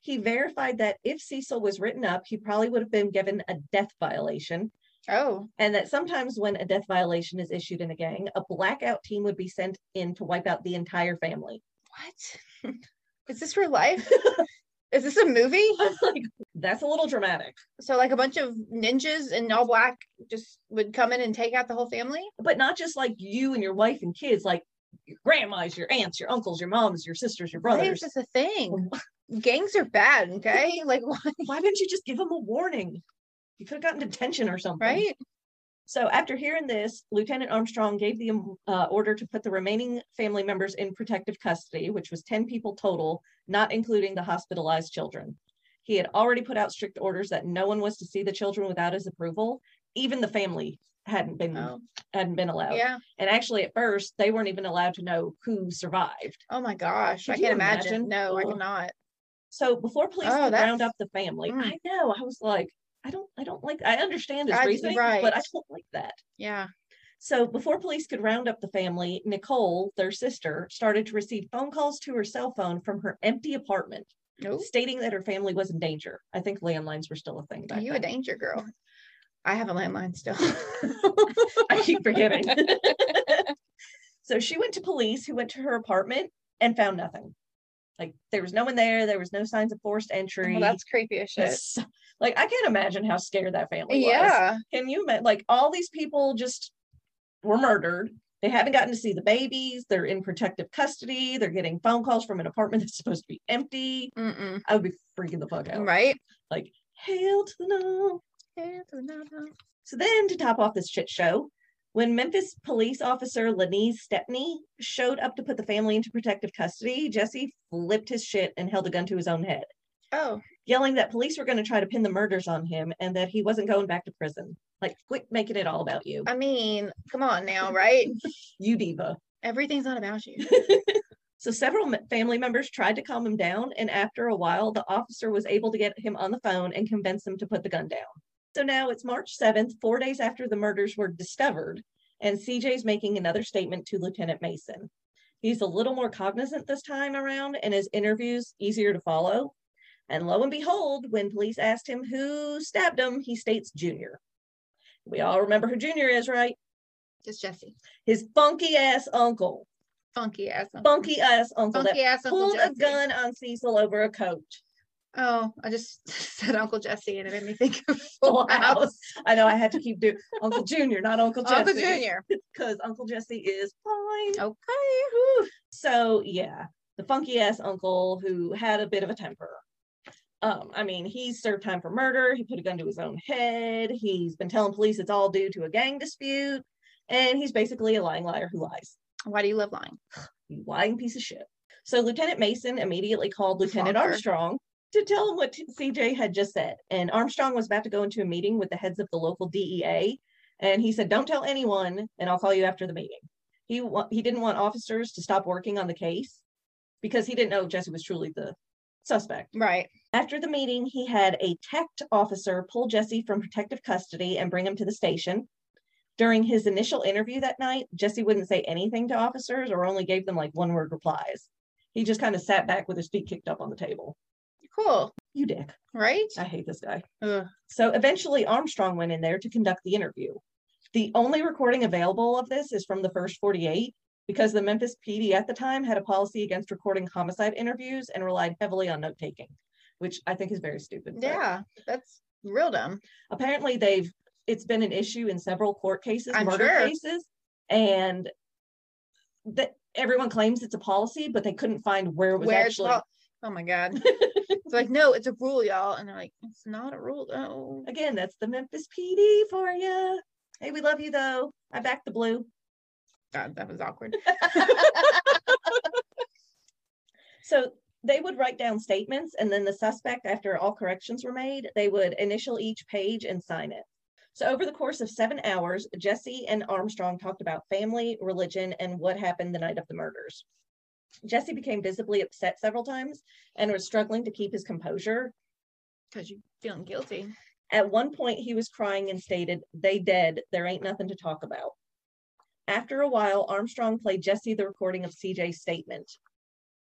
He verified that if Cecil was written up, he probably would have been given a death violation,
Oh,
and that sometimes when a death violation is issued in a gang, a blackout team would be sent in to wipe out the entire family. [LAUGHS]
what? Is this real life? Is this a movie?
like, that's a little dramatic,
So like a bunch of ninjas in all black just would come in and take out the whole family?
but not just like you and your wife and kids, like your grandmas, your aunts, your uncles, your moms, your sisters, your
Why
brothers.
is this a thing? Gangs are bad, okay? [LAUGHS] Like why
Why didn't you just give them a warning? You could have gotten detention or something.
right?
So after hearing this, Lieutenant Armstrong gave the um, uh, order to put the remaining family members in protective custody, which was 10 people total, not including the hospitalized children. He had already put out strict orders that no one was to see the children without his approval. Even the family hadn't been
Oh,
hadn't been allowed.
yeah.
And actually at first they weren't even allowed to know who survived.
Oh my gosh. I
Could you
can't imagine.
imagine?
No, I
Ugh.
cannot.
So before police
Oh,
could round
that's-
up the family,
Mm.
I know I was like, I don't I don't like I understand his
I-
reasoning,
right.
but I don't like that.
Yeah.
So before police could round up the family, Nicole, their sister, started to receive phone calls to her cell phone from her empty apartment,
Nope.
stating that her family was in danger. I think landlines were still a thing
Are
back
you
[LAUGHS]
a
then.
danger girl? I have a landline still. [LAUGHS]
I keep forgetting. [LAUGHS] so she went to police, who went to her apartment and found nothing. Like there was no one there. There was no signs of forced entry.
Well, Oh, that's creepy as shit.
It's- like I can't imagine how scared that family was.
Yeah.
Can you imagine? Like all these people just were murdered. They haven't gotten to see the babies. They're in protective custody. They're getting phone calls from an apartment [LAUGHS] that's supposed to be empty.
Mm-mm.
I would be freaking the fuck out.
Right?
Hail to the no. So then, to top off this shit show, when Memphis police officer Lanise Stepney showed up to put the family into protective custody, Jesse flipped his shit and held a gun to his own head,
Oh,
yelling that police were going to try to pin the murders on him and that he wasn't going back to prison. Like, quit making it all about you,
I mean, come on now, right?
you diva.
Everything's not about you.
So several me- family members tried to calm him down, and after a while, the officer was able to get him on the phone and convince him to put the gun down. So now it's March 7th, four days after the murders were discovered, and CJ's making another statement to Lieutenant Mason. He's a little more cognizant this time around, and his interviews easier to follow. And lo and behold, when police asked him who stabbed him, he states Junior. We all remember who Junior is, right?
Just Jesse.
His funky ass uncle,
Funky ass. uncle.
funky ass uncle that
Funky ass Uncle
pulled a
Jesse.
gun on Cecil over a coat. [LAUGHS]
Oh, I just [LAUGHS] said Uncle Jesse and it made me think of [LAUGHS]
Full [LAUGHS]
Full House.
I know I had to keep doing Uncle Junior, not Uncle Jesse.
Uncle
[LAUGHS]
Junior.
Because Uncle Jesse is fine.
Okay.
Whew. So yeah, the funky ass uncle who had a bit of a temper. Um, I mean, he served time for murder. He put a gun to his own head. He's been telling police it's all due to a gang dispute, and he's basically a lying liar who lies.
Why do you love lying?
You lying piece of shit. So Lieutenant Mason immediately called Lieutenant
Flunker.
Armstrong to tell him what t- CJ had just said. And Armstrong was about to go into a meeting with the heads of the local DEA. And he said, Don't tell anyone, and I'll call you after the meeting. He, wa- he didn't want officers to stop working on the case because he didn't know if Jesse was truly the suspect.
Right.
After the meeting, he had a TECT officer pull Jesse from protective custody and bring him to the station. During his initial interview that night, Jesse wouldn't say anything to officers or only gave them like one word replies. He just kind of sat back with his feet kicked up on the table.
Cool.
You dick.
Right.
I hate this guy.
Ugh.
So eventually, Armstrong went in there to conduct the interview. The only recording available of this is from the first 48 because the Memphis PD at the time had a policy against recording homicide interviews and relied heavily on note taking, which I think is very stupid. but
Yeah. That's real dumb.
Apparently, they've it's been an issue in several court cases,
I'm
murder
sure.
cases, and that everyone claims it's a policy, but they couldn't find where it was
Where's
actually.
Wal- oh my god. [LAUGHS]
[LAUGHS]
it's like, no, it's a rule, y'all. And they're like, it's not a rule.
[LAUGHS]
Oh.
Again, that's the Memphis PD for you. Hey, we love you though. I back the blue.
God, that
[LAUGHS]
was awkward.
So they would write down statements and then the suspect, after all corrections were made, they would initial each page and sign it. So over the course of seven hours, Jesse and Armstrong talked about family, religion, and what happened the night of the murders. Jesse became visibly upset several times and was struggling to keep his composure.
Because you're feeling guilty.
At one point, he was crying and stated, They dead. There ain't nothing to talk about. After a while, Armstrong played Jesse the recording of CJ's statement.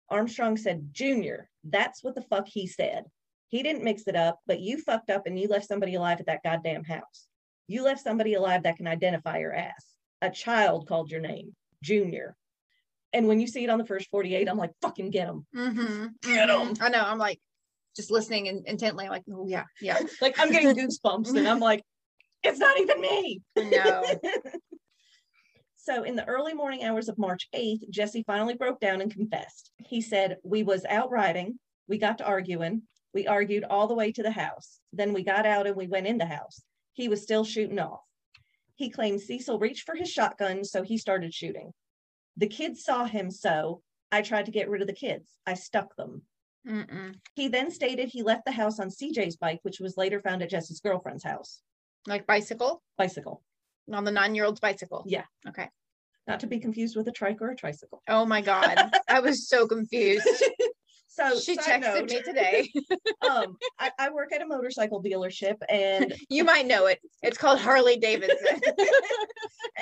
Armstrong said, Junior, that's what the fuck he said. He didn't mix it up, but you fucked up and you left somebody alive at that goddamn house. You left somebody alive that can identify your ass. A child called your name, Junior. And when you see it on the first 48, I'm like, fucking get him.
Mm-hmm.
[LAUGHS] Get 'em.
I know. I'm like just listening in- intently. I'm like, oh yeah, yeah.
Like, I'm getting goosebumps and I'm like, it's not even me. [LAUGHS]
No.
so in the early morning hours of March 8th, Jesse finally broke down and confessed. He said, "We was out riding. We got to arguing. We argued all the way to the house. Then we got out and we went in the house. He was still shooting off." He claimed Cecil reached for his shotgun, so he started shooting. The kids saw him, so I tried to get rid of the kids. I stuck them.
Mm-mm.
He then stated he left the house on CJ's bike, which was later found at Jesse's girlfriend's house.
Like bicycle
Bicycle.
on the nine-year-old's bicycle.
Yeah.
Okay.
Not to be confused with a trike or a tricycle.
Oh my god, I was so confused.
[LAUGHS] So
she
side
texted
note,
me today. [LAUGHS]
um, I, I work at a motorcycle dealership, and
you might know it. It's called
[LAUGHS]
Harley Davidson.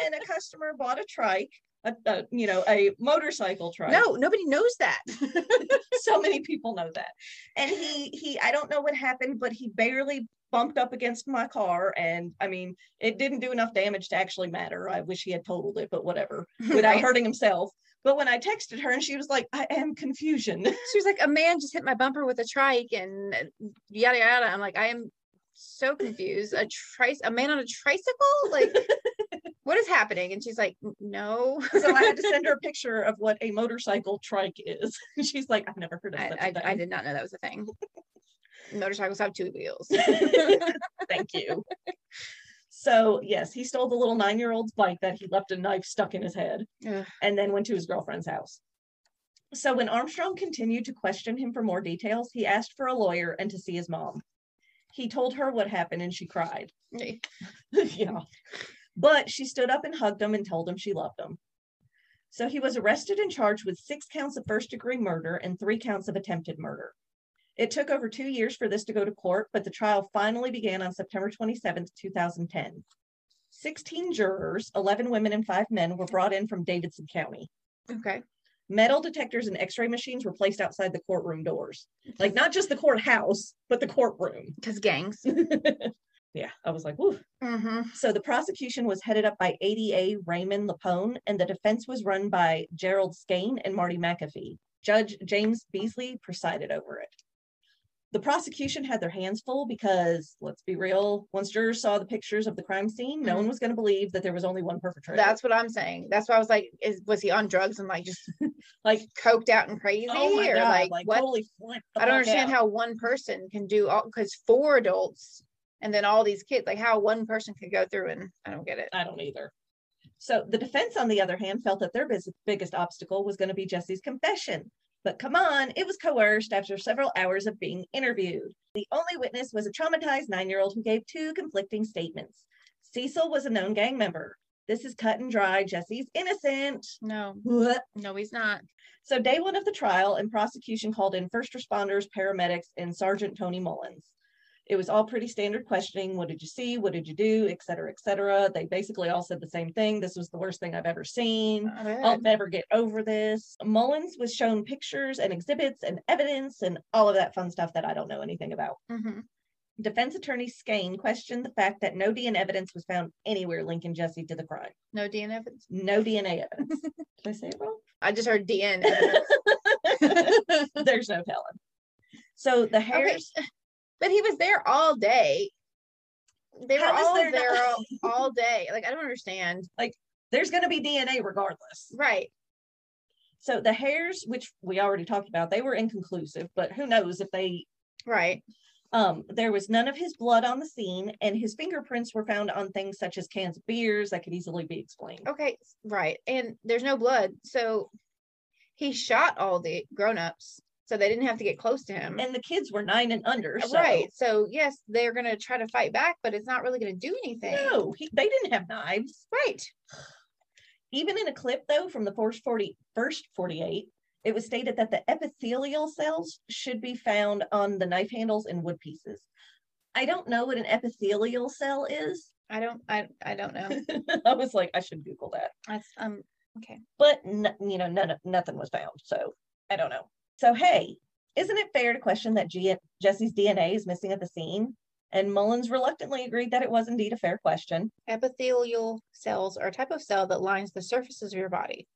and a customer bought a trike, a, a you know a motorcycle trike.
No, nobody knows that.
[LAUGHS] so many people know that. And he he, I don't know what happened, but he barely bumped up against my car, and I mean, it didn't do enough damage to actually matter. I wish he had totaled it, but whatever,
[LAUGHS]
without
Right?
hurting himself. But when I texted her, and she was like, "I am confusion." [LAUGHS]
She was like, a man just hit my bumper with a trike and uh, yada yada. I'm like, I am so confused. A trice, a man on a tricycle?
[LAUGHS]
Like, what is happening? And she's like, "N- no.
so I had to send her a picture of what a motorcycle trike is. [LAUGHS] And she's like, I've never heard of
I,
such a
I,
thing.
I did not know that was a
[LAUGHS]
thing. Motorcycles have two wheels. [LAUGHS]
Thank you. So, yes, he stole the little nine year old's bike that he left a knife stuck in his head
Ugh.
and then went to his girlfriend's house. So, when Armstrong continued to question him for more details, he asked for a lawyer and to see his mom. He told her what happened and she cried. [LAUGHS] yeah. But she stood up and hugged him and told him she loved him. So he was arrested and charged with six counts of first degree murder and three counts of attempted murder. It took over two years for this to go to court, but the trial finally began on September 27th, 2010. 16 jurors, 11 women and five men, were brought in from Davidson County.
Okay.
Metal detectors and x ray machines were placed outside the courtroom doors. Like, not just the courthouse, but the courtroom. [LAUGHS]
Because gangs.
Yeah, I was like, whew.
Mm-hmm.
So the prosecution was headed up by ADA Raymond Lapone, and the defense was run by Gerald Skane and Marty McAfee. Judge James Beasley presided over it. The prosecution had their hands full because, let's be real, once jurors saw the pictures of the crime scene, no one was going to believe that there was only one perpetrator.
Mm-hmm. That's what I'm saying. That's why I was like, is was he on drugs and like just [LAUGHS]
like,
coked out and crazy?
oh my
or
god,
like,
like,
what?
totally flipped. the
I don't
fuck
understand
out.
how one person can do all because four adults and then all these kids, like how one person could go through and I don't get it.
I don't either. So the defense, on the other hand, felt that their bus- biggest obstacle was going to be Jesse's confession. But come on, it was coerced after several hours of being interviewed. The only witness was a traumatized nine year old who gave two conflicting statements. Cecil was a known gang member. This is cut and dry. Jesse's innocent.
No,
Blah.
no, he's not.
So, day one of the trial and prosecution called in first responders, paramedics, and Sergeant Tony Mullins. It was all pretty standard questioning. What did you see? What did you do? Et cetera, et cetera. They basically all said the same thing. This was the worst thing I've ever seen.
I bet.
I'll never get over this. Mullins was shown pictures and exhibits and evidence and all of that fun stuff that I don't know anything about.
Mhm.
Defense attorney Skane questioned the fact that no DNA evidence was found anywhere linking Jesse to the crime.
No DN evidence.
No DNA evidence. [LAUGHS] Did I say it wrong?
I just heard DN.
[LAUGHS]
[LAUGHS] evidence.
There's no telling. So the
okay.
hairs.
But he was there all day. They were
How is
all
there
there,
not-
all,
[LAUGHS]
all day. Like I don't understand.
There's going to be DNA regardless.
Right.
So the hairs, which we already talked about, they were inconclusive. But who knows if they?
Right.
Um, there was none of his blood on the scene, and his fingerprints were found on things such as cans of beers that could easily be explained.
Okay. s- Right. And there's no blood. So he shot all the grown-ups. So they didn't have to get close to him.
And the kids were nine and under. So
Right. So yes, they're gonna try to fight back, but it's not really gonna do anything.
No, he, they didn't have knives.
Right.
Even in a clip, though, from the first 40, first 48, it was stated that the epithelial cells should be found on the knife handles and wood pieces. I don't know what an epithelial cell is. [LAUGHS]
I don't I I don't know.
I was like, I should Google that.
That's um
But, n- you know, none of, nothing was found. So I don't know. So, hey, isn't it fair to question that G- Jesse's DNA is missing at the scene? And Mullins reluctantly agreed that it was indeed a fair question.
Epithelial cells are a type of cell that lines the surfaces of your body.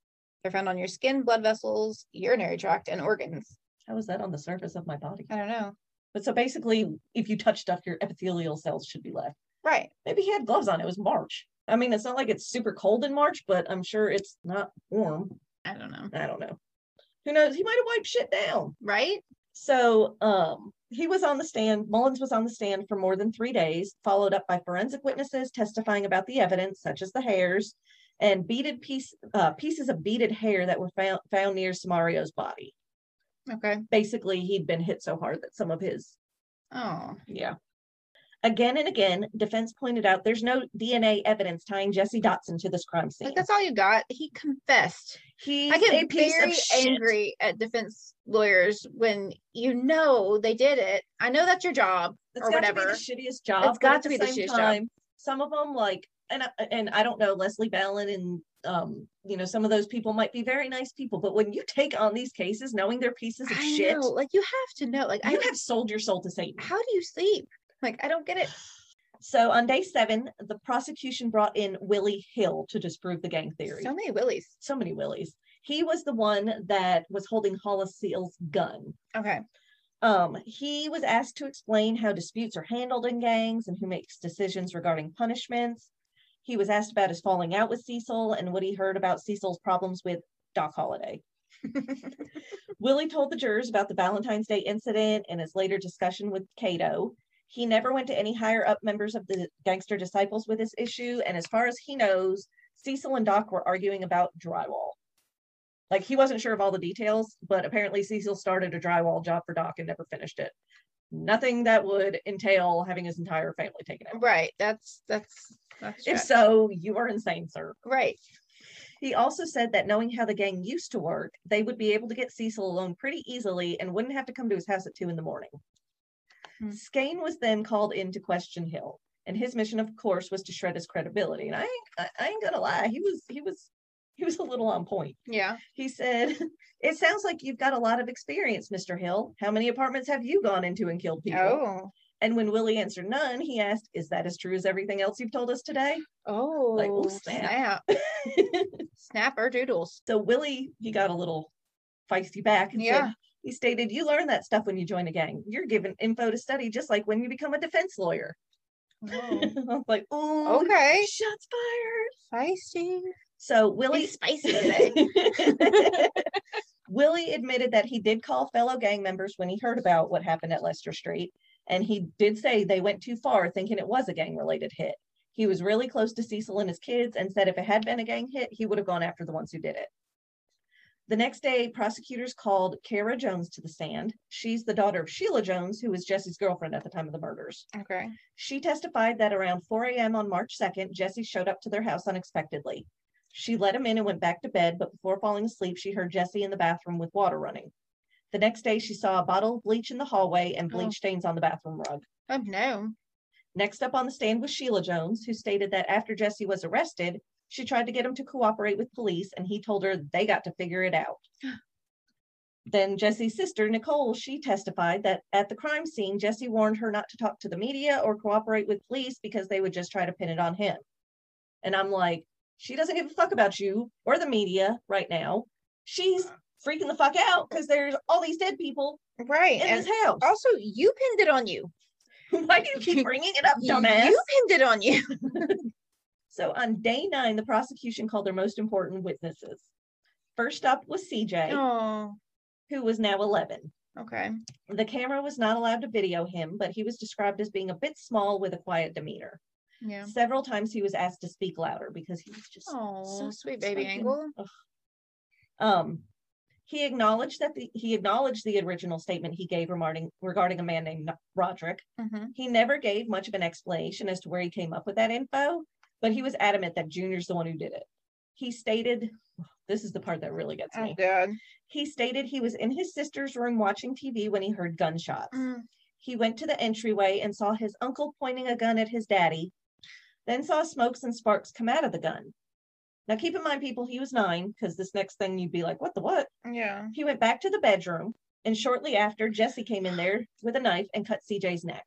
They're found on your skin, blood vessels, urinary tract, and organs.
How is that on the surface of my body?
I don't know.
But so basically, if you touch stuff, your epithelial cells should be left.
Right.
Maybe he had gloves on. It was March. I mean, it's not like it's super cold in March, but I'm sure it's not warm.
I don't know.
I don't know. Who knows? He might have wiped shit down.
Right?
So um, he was on the stand. Mullins was on the stand for more than three days, followed up by forensic witnesses testifying about the evidence, such as the hairs and beaded piece, uh, pieces of beaded hair that were found, found near Samario's body.
Okay.
Basically, he'd been hit so hard that some of his
Oh.
Yeah. Again and again, defense pointed out there's no DNA evidence tying Jesse Dotson to this crime scene.
Like that's all you got. He confessed.
He's
I
a
get
piece
very
of shit.
angry at defense lawyers when you know they did it. I know that's your job.
It's
or
got to be
whatever.
the shittiest job.
It's
but
got
at
to be the
same
shittiest job.
Some of them, like, and I- and I don't know Leslie Ballin and um, you know, some of those people might be very nice people, but when you take on these cases, knowing they're pieces of
I
shit,
know. Like you have to know. Like I
you have sold your soul to Satan.
how do you sleep? Like I don't get it.
So on day seven, the prosecution brought in Willie Hill to disprove the gang theory.
So many willies.
so many willies. He was the one that was holding Hollis Seal's gun.
Okay.
Um, he was asked to explain how disputes are handled in gangs and who makes decisions regarding punishments. He was asked about his falling out with Cecil and what he heard about Cecil's problems with Doc Holliday. Willie told the jurors about the Valentine's Day incident and his later discussion with Cato. He never went to any higher up members of the Gangster Disciples with this issue. And as far as he knows, Cecil and Doc were arguing about drywall. Like he wasn't sure of all the details, but apparently Cecil started a drywall job for Doc and never finished it. Nothing that would entail having his entire family taken out.
right. That's that's that's
If
right.
so, you are insane, sir.
right.
He also said that knowing how the gang used to work, they would be able to get Cecil alone pretty easily and wouldn't have to come to his house at two in the morning.
Hmm.
Skane was then called in to question Hill, and his mission, of course, was to shred his credibility. And I ain't, I, I ain't gonna lie, he was he was he was a little on point.
Yeah.
He said, [LAUGHS] "It sounds like you've got a lot of experience, Mister Hill. How many apartments have you gone into and killed people?"
Oh.
And when Willie answered none, he asked, "Is that as true as everything else you've told us today?"
Oh.
Like, ooh,
snap. [LAUGHS] snap or doodles.
So Willie, he got a little feisty back and
Yeah.
said, he stated, You learn that stuff when you join a gang. You're given info to study just like when you become a defense lawyer. [LAUGHS] I was like, Oh,
[LAUGHS] okay.
shots fired.
Feisty.
So Willie
[LAUGHS] He's spicy today.
[LAUGHS] Willie admitted that he did call fellow gang members when he heard about what happened at Lester Street, and he did say they went too far thinking it was a gang related hit. He was really close to Cecil and his kids and said if it had been a gang hit, he would have gone after the ones who did it. The next day, prosecutors called Kara Jones to the stand. She's the daughter of Sheila Jones, who was Jesse's girlfriend at the time of the murders.
Okay.
She testified that around 4 a.m. on March 2nd, Jesse showed up to their house unexpectedly. She let him in and went back to bed, but before falling asleep, she heard Jesse in the bathroom with water running. The next day, she saw a bottle of bleach in the hallway and bleach
Oh.
stains on the bathroom rug.
Oh no.
Next up on the stand was Sheila Jones, who stated that after Jesse was arrested, she tried to get him to cooperate with police, and he told her they got to figure it
[SIGHS]
out. then Jesse's sister, Nicole, she testified that at the crime scene, Jesse warned her not to talk to the media or cooperate with police because they would just try to pin it on him. And I'm like, she doesn't give a fuck about you or the media right now. She's freaking the fuck out because there's all these dead people
Right.
in
And
this house. [LAUGHS]
also you pinned it on you.
Why do you
[LAUGHS]
keep bringing it up, dumbass?
You pinned it on [LAUGHS] you.
So on day nine, the prosecution called their most important witnesses. First up was CJ,
Oh.
who was now 11.
Okay.
The camera was not allowed to video him, but he was described as being a bit small with a quiet demeanor.
Yeah.
Several times he was asked to speak louder because he was just
Oh,
so
sweet baby
fucking-
angle.
um he acknowledged that the, he acknowledged the original statement he gave regarding regarding a man named Roderick.
Mm-hmm.
He never gave much of an explanation as to where he came up with that info, but he was adamant that Junior's the one who did it. He stated, this is the part that really gets
Oh
me.
god.
He stated he was in his sister's room watching TV when he heard gunshots.
Mm.
He went to the entryway and saw his uncle pointing a gun at his daddy, then saw smokes and sparks come out of the gun. Now, keep in mind, people, he was nine, because this next thing you'd be like, what the what?
Yeah.
He went back to the bedroom, and shortly after, Jesse came in there with a knife and cut CJ's neck.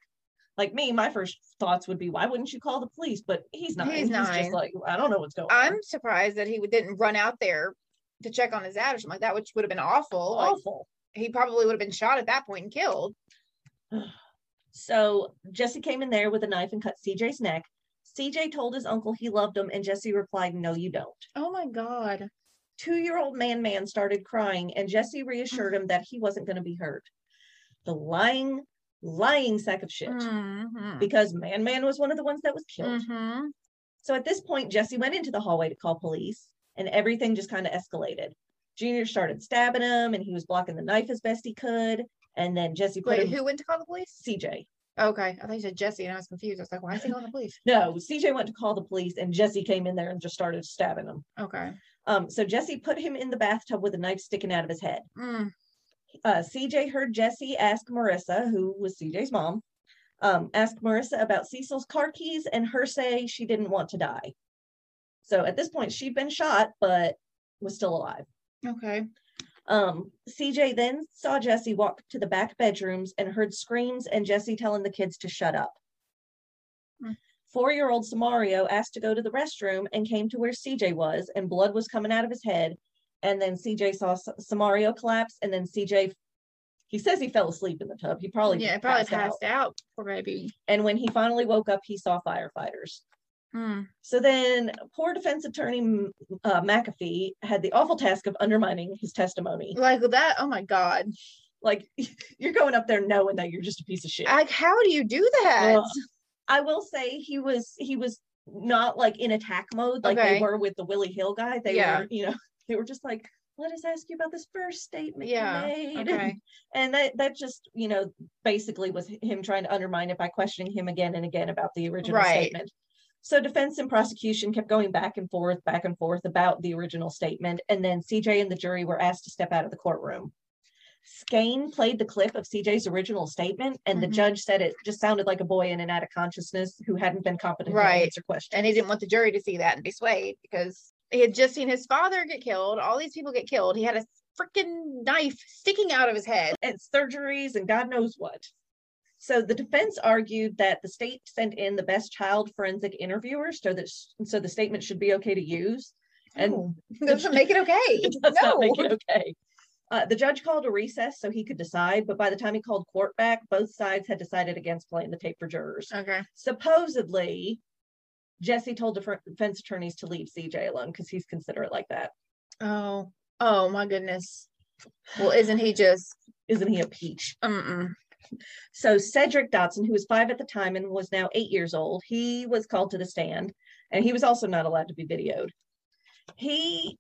Like me, my first thoughts would be, why wouldn't you call the police? But he's not.
He's nine.
just like, I don't know what's going on.
I'm surprised that he didn't run out there to check on his dad or something like that, which would have been awful. Like,
Awful.
he probably would have been shot at that point and killed.
So Jesse came in there with a knife and cut CJ's neck. CJ told his uncle he loved him, and Jesse replied, No, you don't.
Oh my god.
Two year old man man started crying, and Jesse reassured him that he wasn't going to be hurt. The lying, lying sack of shit.
Mm-hmm.
Because man man was one of the ones that was killed.
Mm-hmm.
So at this point, Jesse went into the hallway to call police, and everything just kind of escalated. Junior started stabbing him, and he was blocking the knife as best he could. And then Jesse put
Wait,
him
who went to call the police?
CJ.
Okay. I thought you said Jesse and I was confused. I was like, why is he calling the police?
No, CJ went to call the police, and Jesse came in there and just started stabbing him.
Okay.
Um, so Jesse put him in the bathtub with a knife sticking out of his head.
Mm.
Uh, CJ heard Jesse ask Marissa, who was CJ's mom, um, ask Marissa about Cecil's car keys, and her say she didn't want to die. So at this point, she'd been shot, but was still alive.
Okay.
Um, CJ then saw Jesse walk to the back bedrooms and heard screams and Jesse telling the kids to shut up.
Hmm.
Four year old Samario asked to go to the restroom and came to where CJ was, and blood was coming out of his head. And then CJ saw S- Samario collapse, and then CJ, he says he fell asleep in the tub. He probably
yeah, it probably
passed out.
passed out. Poor baby.
And when he finally woke up, he saw firefighters.
Mm.
So then, poor defense attorney M- uh, McAfee had the awful task of undermining his testimony.
Like that. Oh my god.
like [LAUGHS] you're going up there knowing that you're just a piece of shit. I,
Like, how do you do that? [LAUGHS]
Ugh. will say he was he was not like in attack mode like
Okay.
they were with the Willie Hill guy. They
Yeah.
were, you know, [LAUGHS] they were just like, let us ask you about this first statement
Yeah,
you made.
Okay.
And that that just, you know, basically was him trying to undermine it by questioning him again and again about the original
Right.
statement. So defense and prosecution kept going back and forth, back and forth about the original statement. And then CJ and the jury were asked to step out of the courtroom. Skane played the clip of CJ's original statement, and
Mhm.
the judge said it just sounded like a boy in and out of consciousness who hadn't been competent
Right.
to answer questions.
And he didn't want the jury to see that and be swayed because he had just seen his father get killed. All these people get killed. He had a freaking knife sticking out of his head. [LAUGHS]
and surgeries and God knows what. So the defense argued that the state sent in the best child forensic interviewer, so that so the statement should be okay to use, and
Oh, doesn't make it okay.
[LAUGHS] it [LAUGHS] does not make
No.
it okay. Uh, the judge called a recess so he could decide, but by the time he called court back, both sides had decided against playing the tape for jurors.
Okay.
Supposedly, Jesse told the defense attorneys to leave CJ alone because he's considerate like that.
Oh. Oh my goodness. Well, isn't he just?
Isn't he a peach?
Mm-mm.
So Cedric Dotson, who was five at the time and was now eight years old, he was called to the stand, and he was also not allowed to be videoed. He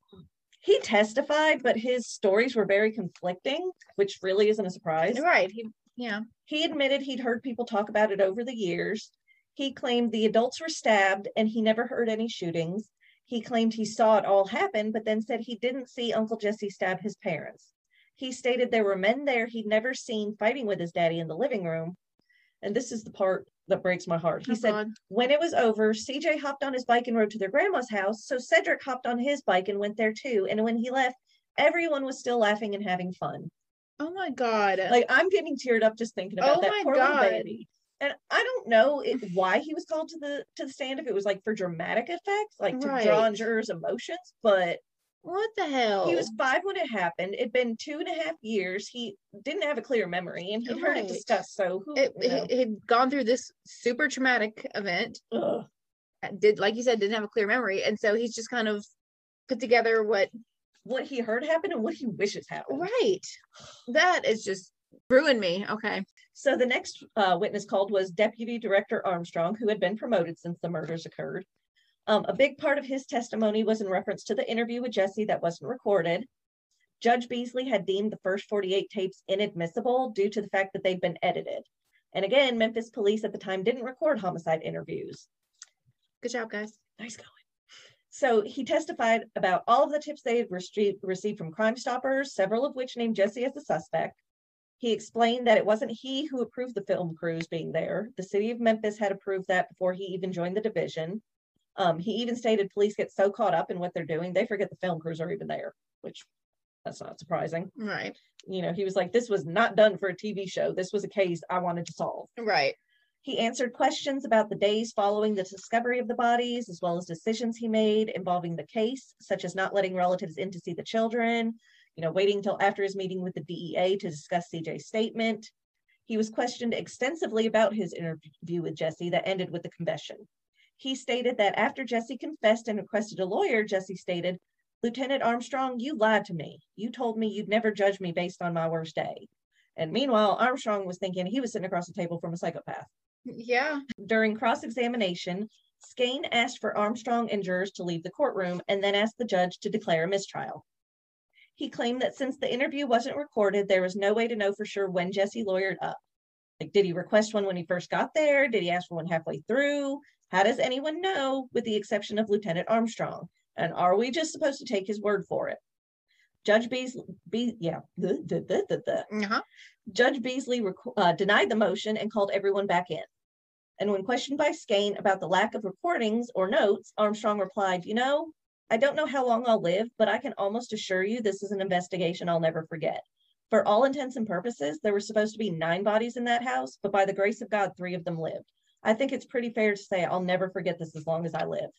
He testified, but his stories were very conflicting, which really isn't a surprise.
Right. He, yeah.
He admitted he'd heard people talk about it over the years. He claimed the adults were stabbed and he never heard any shootings. He claimed he saw it all happen, but then said he didn't see Uncle Jesse stab his parents. He stated there were men there he'd never seen fighting with his daddy in the living room. And this is the part that breaks my heart. He
Oh,
said,
God.
when it was over, CJ hopped on his bike and rode to their grandma's house. So Cedric hopped on his bike and went there too. And when he left, everyone was still laughing and having fun.
Oh my God.
Like I'm getting teared up just thinking about
Oh
that
my
poor little
God.
baby. And I don't know it, why he was called to the to the stand if it was like for dramatic effects, like to draw on
Right.
jurors' emotions, but
what the hell?
he was five when it happened. It'd been two and a half years. He didn't have a clear memory and he'd heard it
Right.
discussed. So who
it,
you know,
he- he'd gone through this super traumatic event.
ugh.
Did like you said, didn't have a clear memory, and so he's just kind of put together what
what he heard happened and what he wishes happened.
right. That is just ruined me. Okay.
So the next uh, witness called was Deputy Director Armstrong, who had been promoted since the murders occurred. Um, a big part of his testimony was in reference to the interview with Jesse that wasn't recorded. Judge Beasley had deemed the first 48 tapes inadmissible due to the fact that they'd been edited. And again, Memphis police at the time didn't record homicide interviews.
Good job, guys.
Nice going. So he testified about all of the tips they had received, received from Crime Stoppers, several of which named Jesse as the suspect. He explained that it wasn't he who approved the film crews being there. The city of Memphis had approved that before he even joined the division. Um, he even stated police get so caught up in what they're doing, they forget the film crews are even there, which that's not surprising.
Right.
You know, he was like, this was not done for a TV show. This was a case I wanted to solve.
Right.
He answered questions about the days following the discovery of the bodies, as well as decisions he made involving the case, such as not letting relatives in to see the children, you know, waiting until after his meeting with the DEA to discuss CJ's statement. He was questioned extensively about his interview with Jesse that ended with the confession. He stated that after Jesse confessed and requested a lawyer, Jesse stated, Lieutenant Armstrong, you lied to me. You told me you'd never judge me based on my worst day. And meanwhile, Armstrong was thinking he was sitting across the table from a psychopath.
Yeah.
During cross examination, Skane asked for Armstrong and jurors to leave the courtroom and then asked the judge to declare a mistrial. He claimed that since the interview wasn't recorded, there was no way to know for sure when Jesse lawyered up. Like, did he request one when he first got there? Did he ask for one halfway through? How does anyone know, with the exception of Lieutenant Armstrong? And are we just supposed to take his word for it? Judge Beasley, Be- yeah, [LAUGHS] the, the, the, the, the.
Uh-huh.
Judge Beasley rec- uh, denied the motion and called everyone back in. And when questioned by Skane about the lack of recordings or notes, Armstrong replied, You know, I don't know how long I'll live, but I can almost assure you this is an investigation I'll never forget. For all intents and purposes, there were supposed to be nine bodies in that house, but by the grace of God, three of them lived. I think it's pretty fair to say I'll never forget this as long as I live.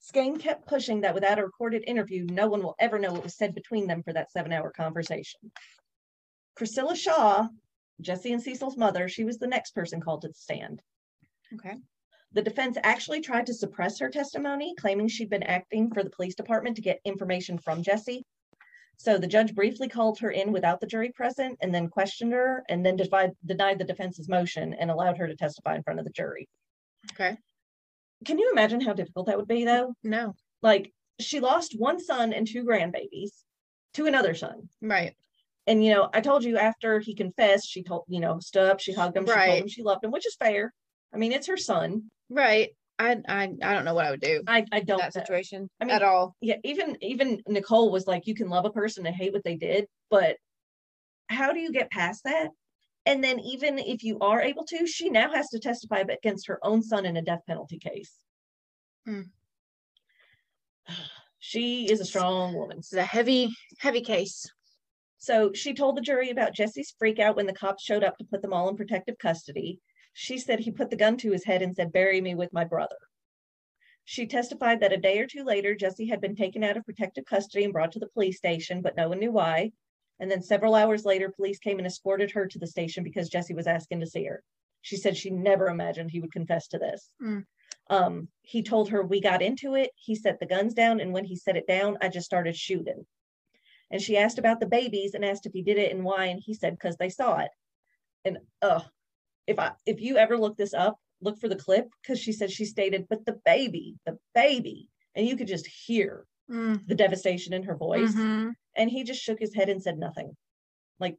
Skane kept pushing that without a recorded interview, no one will ever know what was said between them for that seven hour conversation. Priscilla Shaw, Jesse and Cecil's mother, she was the next person called to the stand.
Okay.
The defense actually tried to suppress her testimony, claiming she'd been acting for the police department to get information from Jesse. So the judge briefly called her in without the jury present and then questioned her and then defied, denied the defense's motion and allowed her to testify in front of the jury.
Okay.
Can you imagine how difficult that would be, though?
No.
Like, she lost one son and two grandbabies to another son.
Right.
and you know, I told you after he confessed, she told you know, stood up, she hugged him, she
Right.
told him she loved him, which is fair. I mean, it's her son.
Right. I I I don't know what I would do
I I
in
don't
that
know.
situation
I mean-
at all.
Yeah, even even Nicole was like, you can love a person and hate what they did, but how do you get past that? And then even if you are able to, she now has to testify against her own son in a death penalty case.
Mm.
[SIGHS] She is a strong woman.
This is a heavy heavy case.
So she told the jury about Jesse's freak out when the cops showed up to put them all in protective custody. She said he put the gun to his head and said, Bury me with my brother. She testified that a day or two later, Jesse had been taken out of protective custody and brought to the police station, but no one knew why. And then several hours later, police came and escorted her to the station because Jesse was asking to see her. She said she never imagined he would confess to this.
Mm.
Um, he told her, We got into it. He set the guns down. And when he set it down, I just started shooting and she asked about the babies and asked if he did it and why and he said because they saw it and uh if i if you ever look this up look for the clip because she said she stated but the baby the baby and you could just hear
Mm,
the devastation in her voice.
mhm.
And he just shook his head and said nothing.
Right,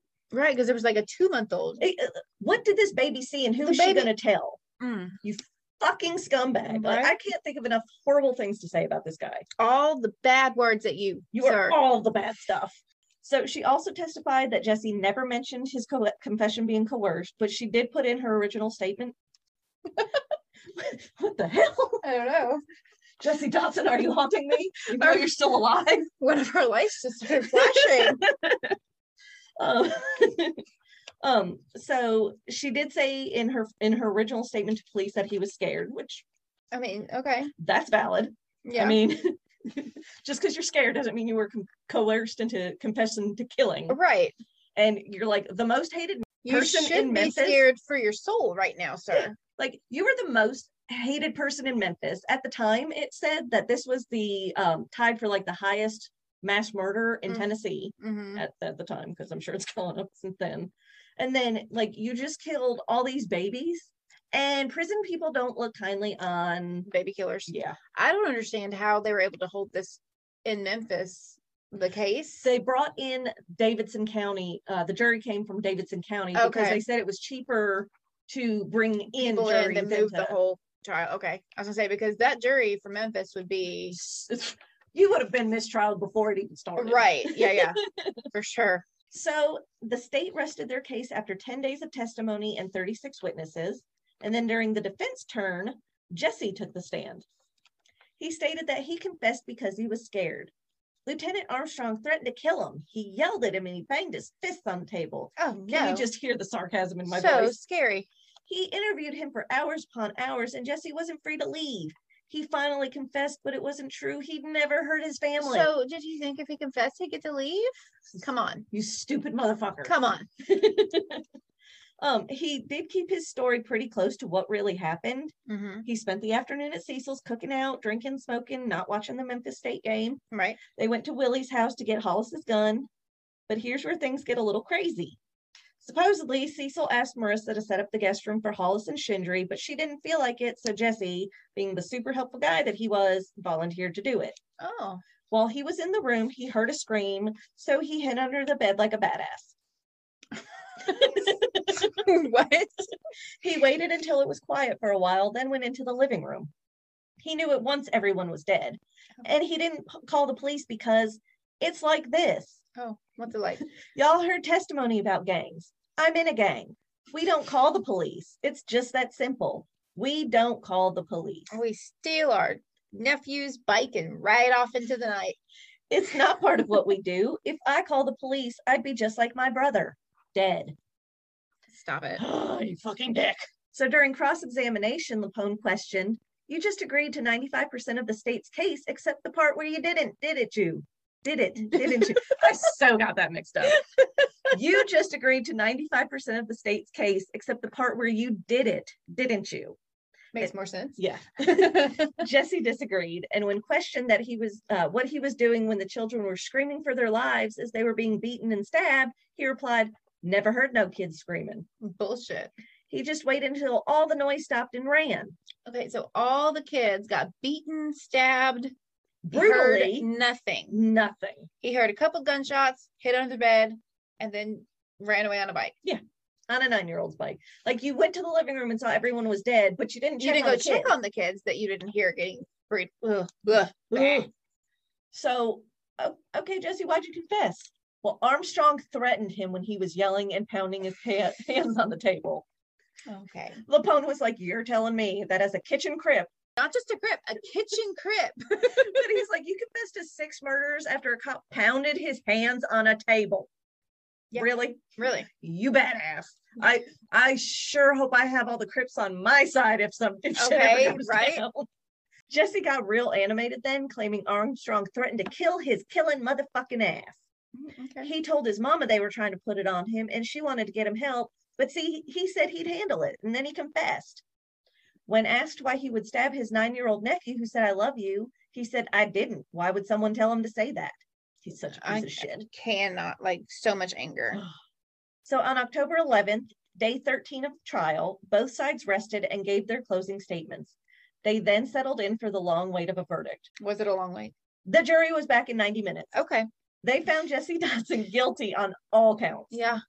because there was like a two month old.
Eh, eh, What did this baby see and who
The
is she
baby-
going to tell?
Mm.
Fucking scumbag. Like, I
Right.
can't think of enough horrible things to say about this guy.
All the bad words at you.
You
sir.
are all the bad stuff. So she also testified that Jesse never mentioned his co- confession being coerced, but she did put in her original statement. [LAUGHS] what the hell?
I don't know.
Jesse Dotson, are you haunting me? You know
Are-
you're still alive.
One of her lights just started flashing.
Um, [LAUGHS] um, so she did say in her in her original statement to police that he was scared, which
I mean, okay.
that's valid.
Yeah.
I mean, [LAUGHS] just because you're scared doesn't mean you were co- coerced into confessing to killing.
right.
And you're like the most hated
You
person
should
in
be
Memphis-
scared for your soul right now, sir.
like you were the most hated person in Memphis at the time. It said that this was the um, tied for like the highest mass murder in
Mm.
Tennessee
Mhm.
at, at the time because I'm sure it's [LAUGHS] gone up since then. And then like you just killed all these babies, and prison people don't look kindly on.
Baby killers.
Yeah,
I don't understand how they were able to hold this in Memphis, the case.
they brought in Davidson County. Uh, the jury came from Davidson County because
Okay.
they said it was cheaper to bring in
people in
juries
to
than
move the
to-
whole trial. Okay. I was gonna say because that jury from Memphis would be
[LAUGHS] You would have been mistrial before it even started.
right. Yeah, yeah. for sure.
So the state rested their case after 10 days of testimony and 36 witnesses. And then during the defense turn, Jesse took the stand. He stated that he confessed because he was scared. Lieutenant Armstrong threatened to kill him. He yelled at him and he banged his fist on the table.
Oh
Can
no.
you just hear the sarcasm in my
so
voice?
scary.
He interviewed him for hours upon hours, and Jesse wasn't free to leave. He finally confessed, but it wasn't true. He'd never hurt his family.
So did you think if he confessed he'd get to leave? Come on.
you stupid motherfucker.
Come on.
[LAUGHS] um, he did keep his story pretty close to what really happened.
hmm
He spent the afternoon at Cecil's cooking out, drinking, smoking, not watching the Memphis State game.
Right.
They went to Willie's house to get Hollis's gun. But here's where things get a little crazy. Supposedly, Cecil asked Marissa to set up the guest room for Hollis and Shindry, but she didn't feel like it, so Jesse, being the super helpful guy that he was, volunteered to do it.
Oh.
While he was in the room, he heard a scream, so he hid under the bed like a badass.
what?
He waited until it was quiet for a while, then went into the living room. He knew at once everyone was dead, and he didn't p- call the police because it's like this.
Oh, what's it like?
Y'all heard testimony about gangs. I'm in a gang. We don't call the police. It's just that simple. We don't call the police.
We steal our nephew's bike and ride off into the night.
It's not part of what we do. If I call the police, I'd be just like my brother, dead.
Stop it.
Oh, you fucking dick. So during cross examination, Lapone questioned, You just agreed to 95% of the state's case, except the part where you didn't, did it, you? Did it, didn't you? I so got that mixed up. you just agreed to 95% of the state's case, except the part where you did it, didn't you?
Makes more sense.
Yeah. Jesse disagreed, and when questioned that he was uh, what he was doing when the children were screaming for their lives as they were being beaten and stabbed, he replied, "Never heard no kids screaming."
Bullshit.
He just waited until all the noise stopped and ran.
Okay, so all the kids got beaten, stabbed, he heard
Brutally,
nothing.
nothing.
He heard a couple gunshots, hid under the bed, and then ran away on a bike.
On a nine year old's bike. Like you went to the living room and saw everyone was dead, but you didn't check
you didn't
on
go
the
check
kids.
on the kids that you didn't hear getting breed. Ugh,
Ugh. [GASPS] So, o- okay, Jesse, why'd you confess? Well, Armstrong threatened him when he was yelling and pounding his pa- [LAUGHS] hands on the table.
Okay.
Lapone was like, You're telling me that as a kitchen crip, [LAUGHS]
Not just a grip, a kitchen crip.
but he's like, You confessed to six murders after a cop pounded his hands on a table.
Yeah.
Really?
Really?
you badass. I I sure hope I have all the Crips on my side if some if shit ever
Okay,
goes
right?
down. [LAUGHS] Jesse got real animated then, claiming Armstrong threatened to kill his killing motherfucking ass. Mm,
Okay.
He told his mama they were trying to put it on him and she wanted to get him help, but see, he said he'd handle it and then he confessed. When asked why he would stab his nine year old nephew who said, I love you, he said, I didn't. Why would someone tell him to say that? He's such a piece
I
of shit.
cannot like so much anger.
So on October 11th, day 13 of trial, both sides rested and gave their closing statements. They then settled in for the long wait of a verdict.
Was it a long way?
The jury was back in 90 minutes.
Okay.
They found Jesse [LAUGHS] Dotson guilty on all counts.
Yeah.